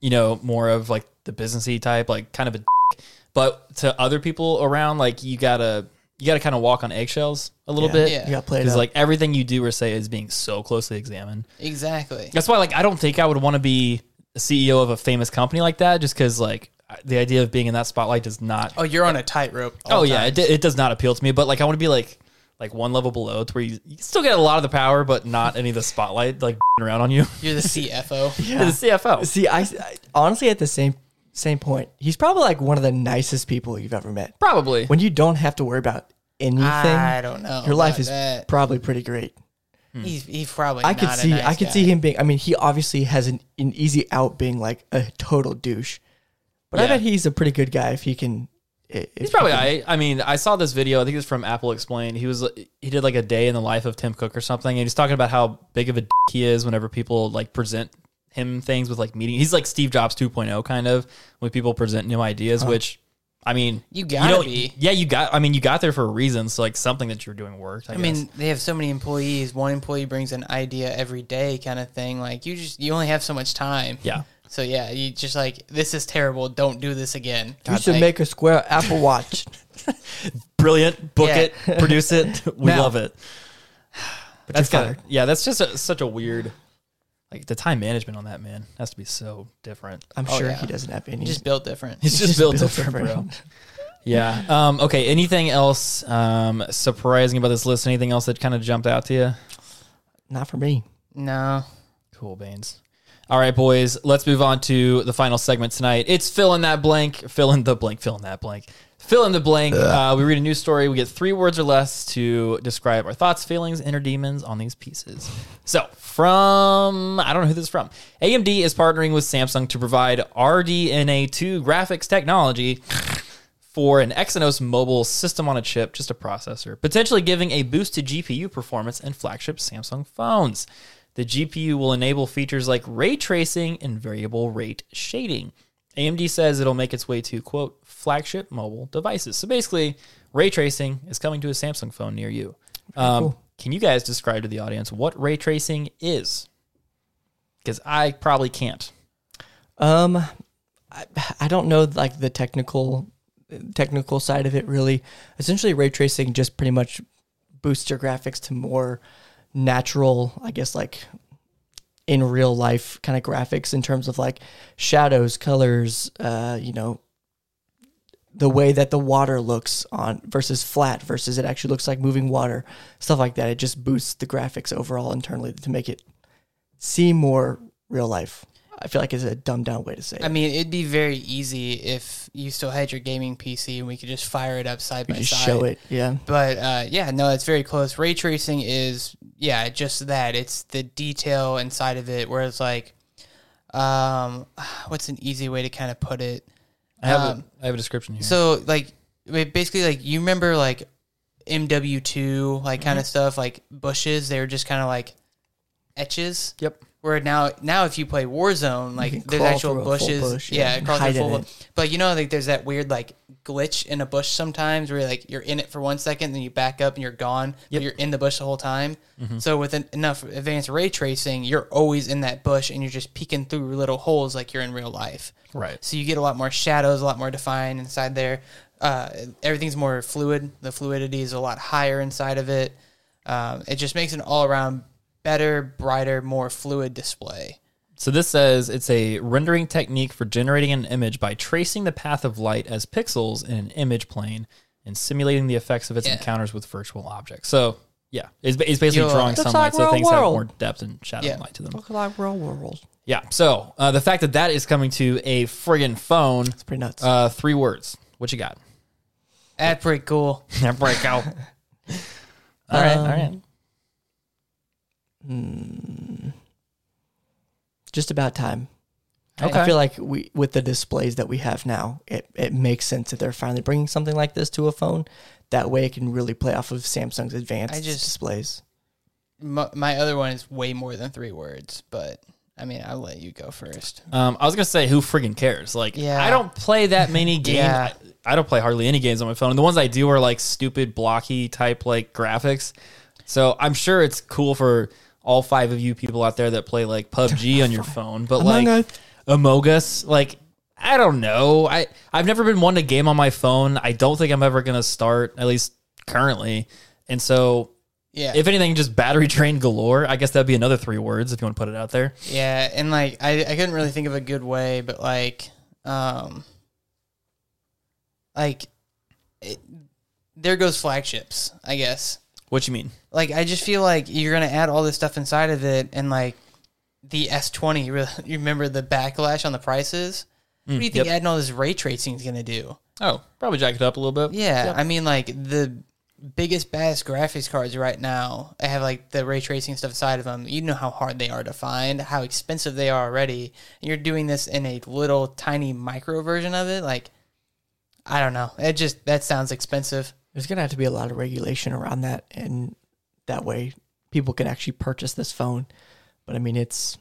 Speaker 1: you know more of like the businessy type, like kind of a. dick. But to other people around, like you gotta you gotta kind of walk on eggshells a little bit.
Speaker 3: Yeah.
Speaker 2: You got played
Speaker 1: Because
Speaker 2: out.
Speaker 1: like everything you do or say is being so closely examined.
Speaker 3: Exactly.
Speaker 1: That's why like I don't think I would want to be a CEO of a famous company like that, just because like I- the idea of being in that spotlight does not.
Speaker 3: Oh, you're on a tightrope. all
Speaker 1: oh
Speaker 3: the
Speaker 1: yeah,
Speaker 3: time.
Speaker 1: it, d- it does not appeal to me. But like I want to be like like one level below to where you, you still get a lot of the power, but not any of the spotlight like *laughs* around on you.
Speaker 3: you're
Speaker 2: *laughs*
Speaker 3: the CFO.
Speaker 1: To the CFO.
Speaker 2: See, I, I- honestly at the same same point, he's probably like one of the nicest people you've ever met.
Speaker 1: Probably.
Speaker 2: When you don't have to worry about anything,
Speaker 3: I don't know.
Speaker 2: your life
Speaker 3: about
Speaker 2: is
Speaker 3: that.
Speaker 2: probably pretty great.
Speaker 3: He's, he's probably.
Speaker 2: I could
Speaker 3: not a
Speaker 2: see,
Speaker 3: nice
Speaker 2: I could
Speaker 3: guy.
Speaker 2: see him being. I mean, he obviously has an, an easy out being like a total douche, but I
Speaker 1: Yeah.
Speaker 2: bet he's a pretty good guy if he can. i- if
Speaker 1: He's *laughs* probably I I mean, I saw this video, I think it was from Apple Explained. He was he did like a day in the life of Tim Cook or something, and he's talking about how big of a dick he is whenever people like present him things with like meeting. He's like Steve Jobs 2.0 kind of when people present new ideas, which I mean,
Speaker 3: You gotta
Speaker 1: don't-
Speaker 3: be.
Speaker 1: Yeah, you got. I mean, you got there for a reason. So like something that you're doing worked. I,
Speaker 3: I mean, they have so many employees. One employee brings an idea every day, kind of thing. Like you just, you only have so much time.
Speaker 1: yeah.
Speaker 3: So yeah, you just like this is terrible. Don't do this again.
Speaker 2: You should make a square Apple Watch.
Speaker 1: brilliant. Book
Speaker 3: Yeah.
Speaker 1: it, produce *laughs* it. We
Speaker 2: Now.
Speaker 1: love it.
Speaker 2: But
Speaker 1: That's
Speaker 2: you're
Speaker 1: got
Speaker 2: fired.
Speaker 1: yeah. That's just a, such a weird. Like the time management on that man has to be so different.
Speaker 2: I'm
Speaker 3: Oh,
Speaker 2: sure
Speaker 3: yeah.
Speaker 2: he doesn't have any.
Speaker 3: It's just built
Speaker 1: *laughs*
Speaker 3: different.
Speaker 1: It's just, built, different, bro. yeah. Um, okay. Anything else um, surprising about this list? Anything else that kind of jumped out to you?
Speaker 2: Not for me.
Speaker 3: No.
Speaker 1: Cool beans. All right, boys, let's move on to the final segment tonight. It's fill in that blank, fill in the blank, fill in that blank, fill in the blank. Uh, we read a news story. We get three words or less to describe our thoughts, feelings, inner demons on these pieces. So, from, I don't know who this is from. AMD is partnering with Samsung to provide RDNA2 graphics technology for an Exynos mobile system on a chip, just a processor, potentially giving a boost to GPU performance in flagship Samsung phones. The GPU will enable features like ray tracing and variable rate shading. AMD says it'll make its way to quote flagship mobile devices. So basically, ray tracing is coming to a Samsung phone near you. Um, Can you guys describe to the audience what ray tracing is? Because I probably can't.
Speaker 2: Um, I, I don't know like the technical technical side of it really. Essentially, ray tracing just pretty much boosts your graphics to more natural, I guess, like in real life kind of graphics in terms of like shadows, colors, uh, you know, the way that the water looks on versus flat versus it actually looks like moving water, stuff like that. It just boosts the graphics overall internally to make it seem more real life. I feel like it's a dumbed down way to say it.
Speaker 3: I mean, it'd be very easy if you still had your gaming PC and we could just fire it up side by
Speaker 2: just
Speaker 3: side.
Speaker 2: show it. Yeah.
Speaker 3: But uh, yeah, no, it's very close. Ray tracing is yeah, just that. It's the detail inside of it where it's like, um, *sighs* what's an easy way to kind of put it?
Speaker 1: I have,
Speaker 3: Um,
Speaker 1: a, I have a description here.
Speaker 3: So like, ba- basically, like you remember like MW two like kind
Speaker 2: Mm-hmm.
Speaker 3: of stuff like bushes. They were just kind of like etches.
Speaker 1: yep.
Speaker 3: Where now, now if you play Warzone, like
Speaker 2: can
Speaker 3: there's
Speaker 2: crawl
Speaker 3: actual
Speaker 2: through a full
Speaker 3: bushes,
Speaker 2: bush, yeah,
Speaker 3: yeah,
Speaker 2: and
Speaker 3: across the
Speaker 2: hide in
Speaker 3: full.
Speaker 2: it.
Speaker 3: bu- But you know, like there's that weird like glitch in a bush sometimes where like you're in it for one second, then you back up and you're gone, but you're in the bush the whole time.
Speaker 2: Mm-hmm.
Speaker 3: So with en- enough advanced ray tracing, you're always in that bush and you're just peeking through little holes like you're in real life.
Speaker 1: Right.
Speaker 3: So you get a lot more shadows, a lot more defined inside there. Uh, everything's more fluid. The fluidity is a lot higher inside of it. Um, it just makes an all around better, brighter, more fluid display.
Speaker 1: So this says it's a rendering technique for generating an image by tracing the path of light as pixels in an image plane and simulating the effects of its
Speaker 3: Yeah.
Speaker 1: encounters with virtual objects. So yeah, it's, ba- it's basically
Speaker 3: Yo,
Speaker 1: drawing
Speaker 2: looks
Speaker 1: sunlight
Speaker 2: like
Speaker 1: so
Speaker 2: real
Speaker 1: things have
Speaker 2: world.
Speaker 1: more depth and shadow
Speaker 3: Yeah.
Speaker 1: and light to them.
Speaker 2: Look like real world.
Speaker 1: Yeah. So uh, the fact that that is coming to a friggin' phone,
Speaker 2: It's pretty nuts.
Speaker 1: uh, three words. What you got?
Speaker 3: That's pretty cool. Um,
Speaker 1: Break out. all right. all right.
Speaker 2: Just about time. I- I
Speaker 1: Okay.
Speaker 2: feel like we with the displays that we have now, it, it makes sense that they're finally bringing something like this to a phone. That way, it can really play off of Samsung's advanced
Speaker 3: I just-
Speaker 2: displays.
Speaker 3: My, my other one is way more than three words, but I mean, I'll let you go first.
Speaker 1: Um, I was gonna say, who friggin' cares? Like,
Speaker 3: Yeah.
Speaker 1: I don't play that many games.
Speaker 3: Yeah.
Speaker 1: I, I don't play hardly any games on my phone. And the ones I do are like stupid blocky type like graphics. So I'm sure it's cool for all five of you people out there that play like PUBG on your phone, but
Speaker 2: Among
Speaker 1: like
Speaker 2: Us.
Speaker 1: Among Us, like I don't know. I I've never been one to game on my phone. I don't think I'm ever gonna start, at least currently. And so,
Speaker 3: Yeah.
Speaker 1: if anything, just battery drain galore. I guess that'd be another three words if you want to put it out there.
Speaker 3: yeah. And like, I, I couldn't really think of a good way, but like, um, like, it, there goes flagships, I guess.
Speaker 1: What you mean?
Speaker 3: like I just feel like you're gonna add all this stuff inside of it, and like the S20, you re- *laughs* you remember the backlash on the prices? what
Speaker 2: Mm,
Speaker 3: do you think
Speaker 1: yep.
Speaker 3: adding all this ray tracing is gonna do?
Speaker 1: Oh, probably jack it up a little bit.
Speaker 3: Yeah, I mean like the biggest baddest graphics cards right now I have like the ray tracing stuff inside of them. You know how hard they are to find, how expensive they are already, and you're doing this in a little tiny micro version of it. Like I don't know, it just that sounds expensive.
Speaker 2: There's gonna have to be a lot of regulation around that, and that way people can actually purchase this phone. But I mean, it's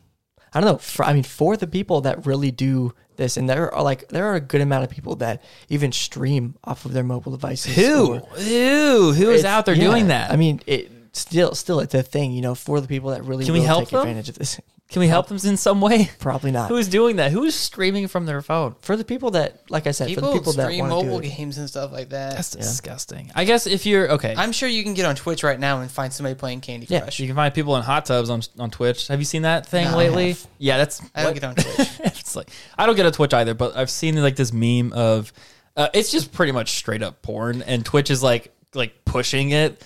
Speaker 2: I don't know. For, I mean, for the people that really do this, and there are like there are a good amount of people that even stream off of their mobile devices.
Speaker 1: Who?
Speaker 2: or-
Speaker 1: Who? Who is
Speaker 2: It's-
Speaker 1: out there
Speaker 2: yeah.
Speaker 1: doing that?
Speaker 2: I mean, it still still it's a thing, you know, for the people that really
Speaker 1: Can we
Speaker 2: will
Speaker 1: help
Speaker 2: take
Speaker 1: them?
Speaker 2: advantage of this. *laughs*
Speaker 1: Can we help them in some way? *laughs*
Speaker 2: Probably not.
Speaker 1: Who's doing that? Who's streaming from their phone?
Speaker 2: for the people that, like I said,
Speaker 3: People,
Speaker 2: for the people that
Speaker 3: stream
Speaker 2: want
Speaker 3: mobile
Speaker 2: to do it.
Speaker 3: games and stuff like that.
Speaker 1: That's disgusting. I guess if you're okay,
Speaker 3: I'm sure you can get on Twitch right now and find somebody playing Candy
Speaker 2: Yeah,
Speaker 3: Crush.
Speaker 1: you can find people in hot tubs on on Twitch. Have you seen that thing
Speaker 3: No, I
Speaker 1: lately?
Speaker 2: have.
Speaker 1: Yeah, that's
Speaker 3: I don't
Speaker 1: what?
Speaker 3: get on Twitch.
Speaker 1: *laughs* it's like I don't get a Twitch either, but I've seen like this meme of uh, it's just pretty much straight up porn, and Twitch is like like pushing it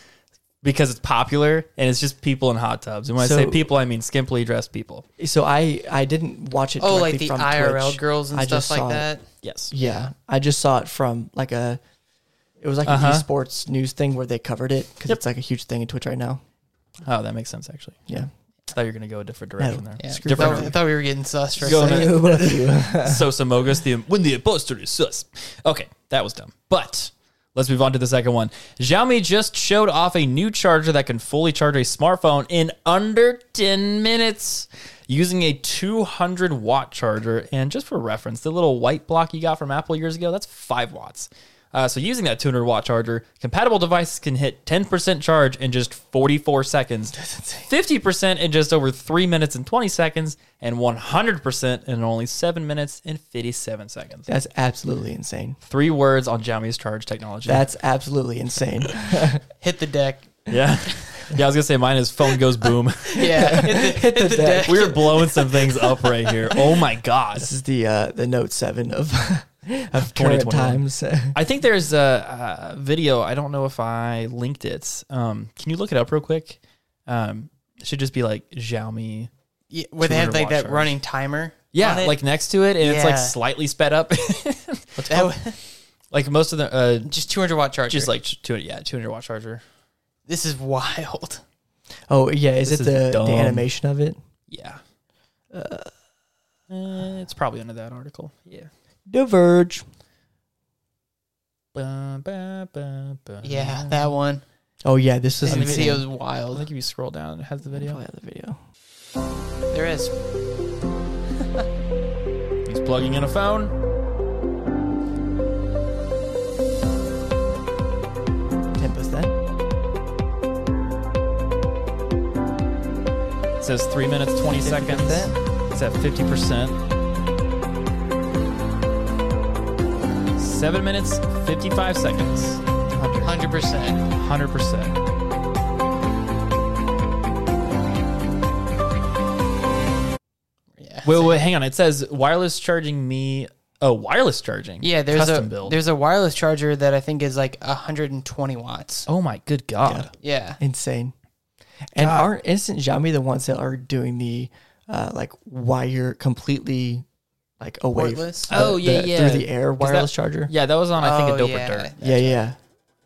Speaker 1: because it's popular, and it's just people in hot tubs. And when
Speaker 2: So-
Speaker 1: I say people, I mean skimpily dressed people.
Speaker 2: So I I didn't watch it.
Speaker 3: oh, like
Speaker 2: directly
Speaker 3: the
Speaker 2: from
Speaker 3: IRL
Speaker 2: Twitch.
Speaker 3: girls and
Speaker 2: I
Speaker 3: stuff
Speaker 2: just
Speaker 3: like
Speaker 2: saw it.
Speaker 3: that.
Speaker 1: Yes,
Speaker 2: Yeah, I just saw it from like a. It was like
Speaker 1: Uh-huh.
Speaker 2: an esports news thing where they covered it because
Speaker 1: Yep.
Speaker 2: it's like a huge thing in Twitch right now.
Speaker 1: oh, that makes sense actually.
Speaker 2: Yeah,
Speaker 1: I thought you were gonna go a different direction
Speaker 2: No.
Speaker 1: there.
Speaker 3: Yeah.
Speaker 2: Screw
Speaker 3: Thought-
Speaker 2: that.
Speaker 3: I thought we were getting sus for a
Speaker 1: Go
Speaker 3: second.
Speaker 1: ahead.
Speaker 2: You, both you.
Speaker 1: Sosa Mogus, the when the imposter is sus. Okay, that was dumb. But let's move on to the second one. Xiaomi just showed off a new charger that can fully charge a smartphone in under 10 minutes using a 200 watt charger. And just for reference, the little white block you got from Apple years ago, that's five watts. Uh, so using that 200 watt charger, compatible devices can hit 10% charge in just 44
Speaker 3: *laughs*
Speaker 1: seconds, 50% in just over 3 minutes and 20 seconds, and 100% in only 7 minutes and 57 seconds.
Speaker 2: *laughs* That's absolutely insane.
Speaker 1: Three words on Xiaomi's charge technology.
Speaker 2: That's absolutely insane.
Speaker 3: Hit the deck.
Speaker 1: *laughs*
Speaker 3: *laughs*
Speaker 1: yeah. Yeah, I was gonna say mine is phone goes boom.
Speaker 2: *laughs*
Speaker 3: Yeah, hit *laughs* the, hit the deck.
Speaker 1: we *laughs* were blowing some things up right
Speaker 3: *laughs*
Speaker 1: here. Oh my god!
Speaker 2: this is the uh, the Note Seven of *laughs* of current
Speaker 1: 2021.
Speaker 2: times.
Speaker 1: I think there's a, a video. I don't know if I linked it. Um, can you look it up real quick? Um, it should just be like Xiaomi.
Speaker 3: Yeah, where they have
Speaker 1: 200
Speaker 3: like that
Speaker 1: watch hours.
Speaker 3: running timer. on
Speaker 1: Yeah,
Speaker 3: it.
Speaker 1: like next to it, and it's like
Speaker 3: Yeah.
Speaker 1: slightly sped up. *laughs*
Speaker 3: That w-
Speaker 1: like most of the uh,
Speaker 3: just 200 watt charger.
Speaker 1: just like two yeah two hundred watt charger.
Speaker 3: this
Speaker 2: *laughs*
Speaker 3: is wild.
Speaker 2: oh yeah, is
Speaker 1: This
Speaker 2: it
Speaker 1: is
Speaker 2: the,
Speaker 1: dumb.
Speaker 2: the animation of it?
Speaker 1: Yeah, uh, it's probably under that article. Yeah.
Speaker 2: Diverge.
Speaker 1: Ba, ba, ba, ba.
Speaker 3: Yeah, that one.
Speaker 2: Oh yeah, this is
Speaker 3: And the
Speaker 2: insane.
Speaker 3: video is
Speaker 1: I
Speaker 3: wild.
Speaker 1: think if you scroll down, it has the video.
Speaker 2: Play out the video.
Speaker 3: There is.
Speaker 1: He's plugging in a phone.
Speaker 2: Ten percent.
Speaker 1: It says three minutes twenty seconds. It's at fifty percent. Seven minutes fifty-five seconds.
Speaker 3: 100%.
Speaker 1: Hundred percent.
Speaker 3: Yeah.
Speaker 1: Wait, wait, hang on. It says wireless charging me. Oh, wireless charging.
Speaker 3: yeah, there's
Speaker 1: custom
Speaker 3: a
Speaker 1: build.
Speaker 3: there's a wireless charger that I think is like 120 watts.
Speaker 1: oh my good god.
Speaker 3: Yeah.
Speaker 2: Insane. And aren't isn't Xiaomi the ones that are doing the uh, like wire completely like away f-
Speaker 3: Portless?
Speaker 2: the-
Speaker 1: Oh, yeah,
Speaker 2: the-
Speaker 1: yeah.
Speaker 2: through the air
Speaker 1: 'Cause that-
Speaker 2: wireless charger?
Speaker 1: Yeah, that was on I think
Speaker 3: Oh,
Speaker 1: a dope
Speaker 3: yeah.
Speaker 1: or dirt.
Speaker 2: Yeah, yeah.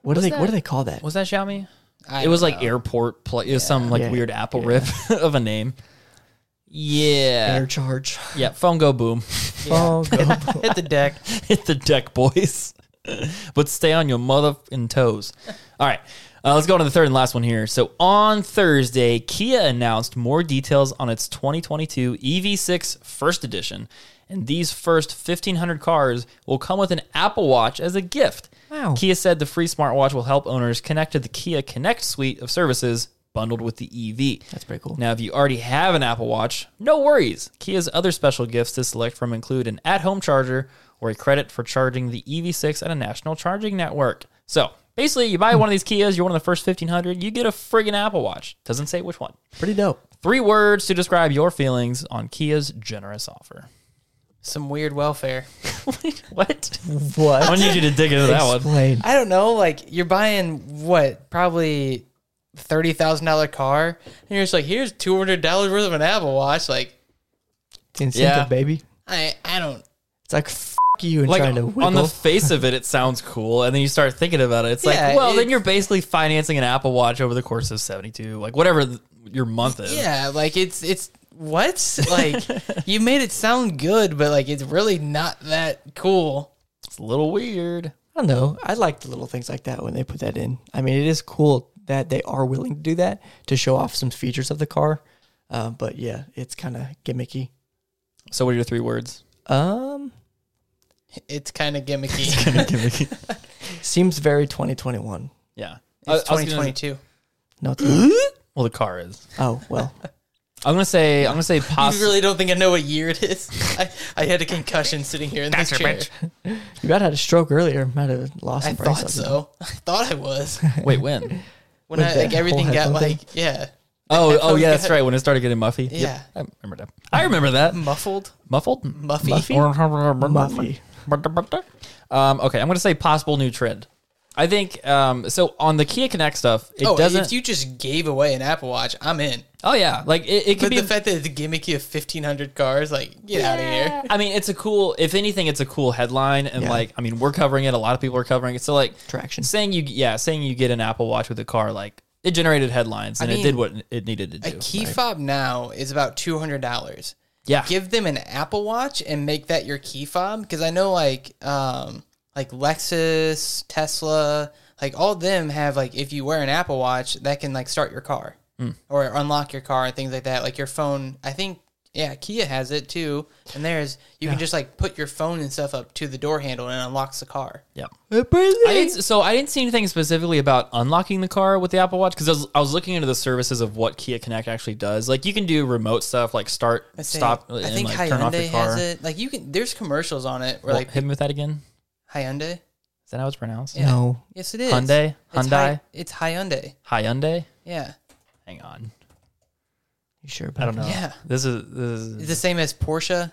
Speaker 2: What do they what do
Speaker 1: that-
Speaker 2: they call that?
Speaker 1: Was that Xiaomi?
Speaker 3: I
Speaker 1: it was
Speaker 3: don't
Speaker 1: like
Speaker 3: know.
Speaker 1: airport play. It was some like
Speaker 2: Yeah.
Speaker 1: weird Apple rip *laughs* of a name. Yeah. *laughs*
Speaker 2: Air charge.
Speaker 1: Yeah. Phone go boom.
Speaker 2: Oh,
Speaker 1: *laughs*
Speaker 2: go.
Speaker 3: Hit the deck.
Speaker 1: hit the deck, boys. but stay on your mother and toes. All right. Uh, let's go on to the third and last one here. So on Thursday, Kia announced more details on its 2022 EV6 First Edition, and these first 1,500 cars will come with an Apple Watch as a gift.
Speaker 2: Wow.
Speaker 1: Kia said the free smartwatch will help owners connect to the Kia Connect suite of services bundled with the E EV.
Speaker 2: That's pretty cool.
Speaker 1: Now, if you already have an Apple Watch, no worries. Kia's other special gifts to select from include an at home charger or a credit for charging the EV6 at a national charging network. So basically, you buy one of these Kias, you're one of the first 1500, you get a friggin' Apple Watch. Doesn't say which one.
Speaker 2: Pretty dope.
Speaker 1: Three words to describe your feelings on Kia's generous offer.
Speaker 3: Some weird welfare.
Speaker 1: what? I
Speaker 2: What?
Speaker 1: need you to dig into that one.
Speaker 2: Explain.
Speaker 3: I don't know. Like you're buying what probably thirty thousand dollar car, and you're just like, here's two hundred dollars worth of an Apple Watch. Like
Speaker 2: Incentive,
Speaker 1: Yeah.
Speaker 2: baby.
Speaker 3: I I don't.
Speaker 2: It's *laughs* like f- you and
Speaker 1: Like
Speaker 2: trying to
Speaker 1: on
Speaker 2: wiggle.
Speaker 1: the face of it, it sounds cool, and then you start thinking about it. It's
Speaker 3: Yeah,
Speaker 1: like, well, then
Speaker 3: it-
Speaker 1: you're basically financing an Apple Watch over the course of seventy-two, like whatever th- your month is.
Speaker 3: Yeah, like it's it's what
Speaker 2: *laughs*
Speaker 3: like you made it sound good, but like it's really not that cool.
Speaker 1: It's a little weird.
Speaker 2: I don't know. I like the little things like that when they put that in. I mean, it is cool that they are willing to do that to show off some features of the car. Uh, but yeah, it's kind of gimmicky.
Speaker 1: So, what are your three words?
Speaker 2: Um,
Speaker 3: It's kind of gimmicky. *laughs*
Speaker 2: seems very 2021.
Speaker 1: yeah. I- I was
Speaker 3: it's
Speaker 1: gonna-
Speaker 3: *gasps* twenty twenty two.
Speaker 2: No, it's not.
Speaker 1: well, the car is.
Speaker 2: oh well.
Speaker 1: I'm gonna say I'm gonna say
Speaker 3: *laughs* You
Speaker 1: possibly.
Speaker 3: really don't think I know what year it is? *laughs* I, I had a concussion sitting here in this
Speaker 1: Gotcha,
Speaker 3: chair.
Speaker 1: bitch.
Speaker 2: You about had a stroke earlier. Might have lost some
Speaker 3: I
Speaker 2: brain
Speaker 3: thought
Speaker 2: cells.
Speaker 3: so. I thought
Speaker 2: *laughs*
Speaker 3: I was
Speaker 1: Wait,
Speaker 3: *laughs*
Speaker 1: when?
Speaker 3: when
Speaker 2: With
Speaker 3: I
Speaker 2: the
Speaker 3: like everything
Speaker 2: whole
Speaker 3: got
Speaker 2: headphone thing?
Speaker 3: like yeah
Speaker 1: Oh, oh
Speaker 3: was
Speaker 1: yeah, that's
Speaker 3: good.
Speaker 1: right. When it started getting muffy. Yep,
Speaker 3: Yeah.
Speaker 1: I remember that. I remember that.
Speaker 3: muffled
Speaker 1: Muffled.
Speaker 3: muffy.
Speaker 2: Muffy.
Speaker 1: Um, okay, I'm gonna say possible new trend. I think um, so on the Kia Connect stuff. It
Speaker 3: Oh,
Speaker 1: doesn't.
Speaker 3: if you just gave away an Apple Watch, I'm in.
Speaker 1: oh yeah, like it, it could
Speaker 3: But
Speaker 1: be.
Speaker 3: the fact that it's gimmicky of 1500 cars, like get out of here.
Speaker 1: I mean, it's a cool. If anything, it's a cool headline, and
Speaker 2: Yeah.
Speaker 1: like, I mean, we're covering it. A lot of people are covering it. So like,
Speaker 2: Traction.
Speaker 1: saying you, yeah, saying you get an Apple Watch with a car, like it generated headlines and it
Speaker 3: mean,
Speaker 1: did what it needed to
Speaker 3: A
Speaker 1: do.
Speaker 3: key fob now is about two hundred dollars.
Speaker 1: yeah,
Speaker 3: Give them an Apple Watch and make that your key fob because I know like um like Lexus, Tesla, like all of them have like if you wear an Apple Watch that can like start your car
Speaker 1: Hmm.
Speaker 3: or unlock your car and things like that. Like your phone, I think yeah, Kia has it too. And there's you can just like put your phone and stuff up to the door handle and it unlocks the car.
Speaker 1: yeah. I didn't, so I didn't see anything specifically about unlocking the car with the Apple Watch because I was, I was looking into the services of what Kia Connect actually does. Like you can do remote stuff, like start,
Speaker 3: Say,
Speaker 1: stop,
Speaker 3: I
Speaker 1: and
Speaker 3: think
Speaker 1: like
Speaker 3: Hyundai
Speaker 1: turn off the car.
Speaker 3: has it. Like you can, there's commercials on it where
Speaker 1: Well,
Speaker 3: like
Speaker 1: hit me with that again.
Speaker 3: Hyundai.
Speaker 1: Is that how it's pronounced?
Speaker 2: No.
Speaker 3: Yes, it is.
Speaker 1: Hyundai?
Speaker 3: It's
Speaker 1: Hyundai?
Speaker 3: Hy- It's Hyundai.
Speaker 1: Hyundai.
Speaker 3: Yeah,
Speaker 1: Hang on.
Speaker 2: You sure?
Speaker 1: I don't know.
Speaker 3: Yeah.
Speaker 1: This is this is
Speaker 3: it's the same as Porsche.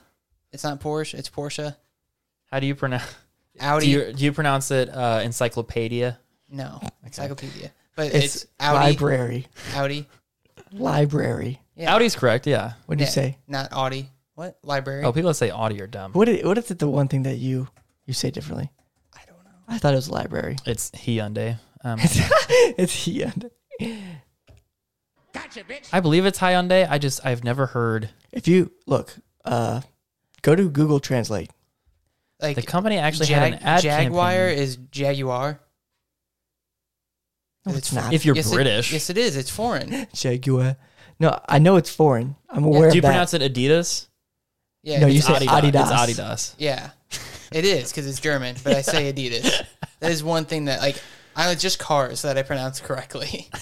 Speaker 3: It's not Porsche. It's Porsche.
Speaker 1: how do you pronounce?
Speaker 3: Audi.
Speaker 1: Do you do you pronounce it uh, encyclopedia?
Speaker 3: no, encyclopedia. But
Speaker 2: It's,
Speaker 3: it's, Audi.
Speaker 2: library.
Speaker 3: Audi.
Speaker 2: Library.
Speaker 3: Yeah.
Speaker 1: Audi's correct. Yeah.
Speaker 2: What do you
Speaker 3: Yeah,
Speaker 2: say?
Speaker 3: Not Audi. What library?
Speaker 1: Oh, people that say Audi are dumb.
Speaker 2: What is, what is it? The one thing that you you say differently?
Speaker 3: I don't know.
Speaker 2: I thought it was library. *laughs*
Speaker 1: It's Hyundai. Um,
Speaker 2: it's Hyundai.
Speaker 1: I believe it's Hyundai. I just I've never heard
Speaker 2: If you look, uh, go to Google Translate.
Speaker 3: Like
Speaker 1: the company actually had an
Speaker 3: Jag-
Speaker 1: ad
Speaker 3: Jaguar
Speaker 1: campaign.
Speaker 3: is Jaguar.
Speaker 2: No, it's not. *laughs*
Speaker 1: If you're
Speaker 3: Yes, it-
Speaker 1: British,
Speaker 3: yes, it is. It's
Speaker 1: *laughs*
Speaker 3: foreign.
Speaker 2: Jaguar. No, I know it's foreign. I'm aware
Speaker 1: do you
Speaker 2: of that.
Speaker 1: pronounce it Adidas?
Speaker 3: Yeah.
Speaker 2: No,
Speaker 3: it's
Speaker 2: you say Adidas.
Speaker 1: It's Adidas.
Speaker 3: Yeah, it is because it's German, but I say Adidas. That is one thing that like I just cars that I pronounce correctly. *laughs*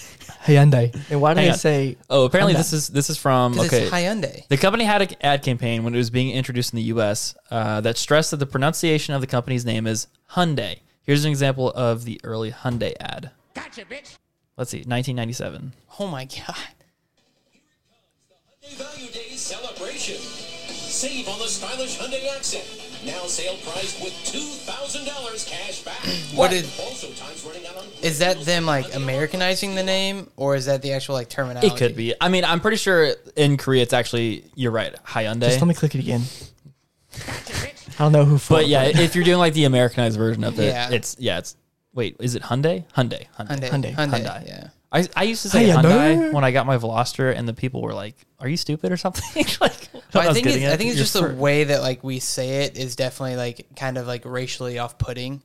Speaker 2: Hyundai. And why do
Speaker 1: Hang
Speaker 2: they
Speaker 1: on.
Speaker 2: say?
Speaker 1: Oh, apparently
Speaker 2: Hyundai.
Speaker 1: this is this is from
Speaker 3: 'Cause
Speaker 1: okay.
Speaker 3: It's Hyundai.
Speaker 1: The company had an ad campaign when it was being introduced in the U.S. Uh, that stressed that the pronunciation of the company's name is Hyundai. Here's an example of the early Hyundai ad. Gotcha, bitch. Let's see, 1997.
Speaker 3: Oh my god.
Speaker 5: Hyundai Value Days celebration. Save on the stylish Hyundai Accent. Now sale priced with $2,000 cash back.
Speaker 3: What is-
Speaker 5: Also times running out on
Speaker 3: Is that them like Americanizing the name, or is that the actual like terminology?
Speaker 1: It could be. I mean, I'm pretty sure in Korea it's actually you're right, Hyundai.
Speaker 2: Just let me click it again. I don't know who. for
Speaker 1: but yeah, if you're doing like the Americanized version of it,
Speaker 3: Yeah.
Speaker 1: it's yeah, it's wait, is it Hyundai? Hyundai, Hyundai,
Speaker 3: Hyundai.
Speaker 2: Hyundai.
Speaker 3: Hyundai.
Speaker 1: Hyundai.
Speaker 3: Yeah.
Speaker 1: I, I used to say
Speaker 2: Hyundai.
Speaker 1: Hyundai when I got my Veloster, and the people were like, "Are you stupid or something?" *laughs* like,
Speaker 3: But
Speaker 1: I
Speaker 3: I
Speaker 1: was
Speaker 3: think
Speaker 1: getting
Speaker 3: it's,
Speaker 1: at.
Speaker 3: I think it's
Speaker 1: You're
Speaker 3: just the way that like we say it is definitely like kind of like racially off-putting.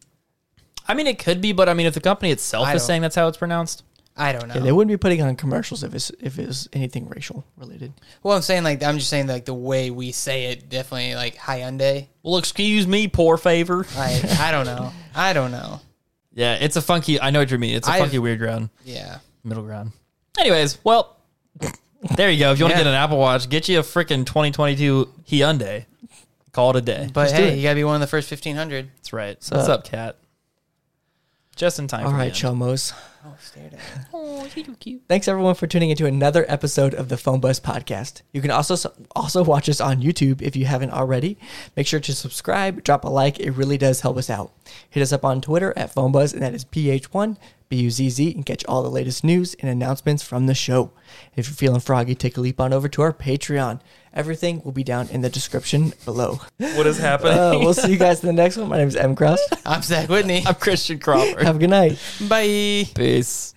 Speaker 1: I mean, it could be, but I mean, if the company itself
Speaker 3: I
Speaker 1: is
Speaker 3: don't-
Speaker 1: saying that's how it's pronounced,
Speaker 3: I don't know.
Speaker 2: Yeah, they wouldn't be putting on commercials if it's if it was anything racial related.
Speaker 3: well, I'm saying like I'm just saying like the way we say it definitely like Hyundai.
Speaker 1: well, excuse me, poor favor. *laughs*
Speaker 3: Like I don't know. I don't know.
Speaker 1: Yeah, it's a funky. I know what you mean. It's a
Speaker 3: I've-
Speaker 1: funky weird ground,
Speaker 3: Yeah.
Speaker 1: middle ground. Anyways, well, there you go. If you want to
Speaker 3: Yeah.
Speaker 1: get an Apple Watch, get you a freaking 2022 Hyundai. Call it a day.
Speaker 3: But
Speaker 2: Just do
Speaker 3: hey,
Speaker 2: it.
Speaker 3: you gotta be one of the first 1500.
Speaker 1: That's right. So what's up, Cat? Just in time.
Speaker 2: All
Speaker 1: for
Speaker 2: right,
Speaker 1: the end.
Speaker 2: chomos.
Speaker 3: Oh, stared at.
Speaker 2: Thanks everyone for tuning into another episode of the Phone Buzz Podcast. You can also also watch us on YouTube if you haven't already. Make sure to subscribe, drop a like; it really does help us out. Hit us up on Twitter at Phone Buzz, and that is ph1 buzz, and catch all the latest news and announcements from the show. If you're feeling froggy, take a leap on over to our Patreon. Everything will be down in the description below.
Speaker 1: What has happened?
Speaker 2: Uh, *laughs* we'll see you guys in the next one. My name is M. Cross.
Speaker 3: I'm Zach *laughs* Whitney.
Speaker 1: I'm Christian Crawford.
Speaker 2: Have a good night.
Speaker 3: Bye.
Speaker 1: Peace.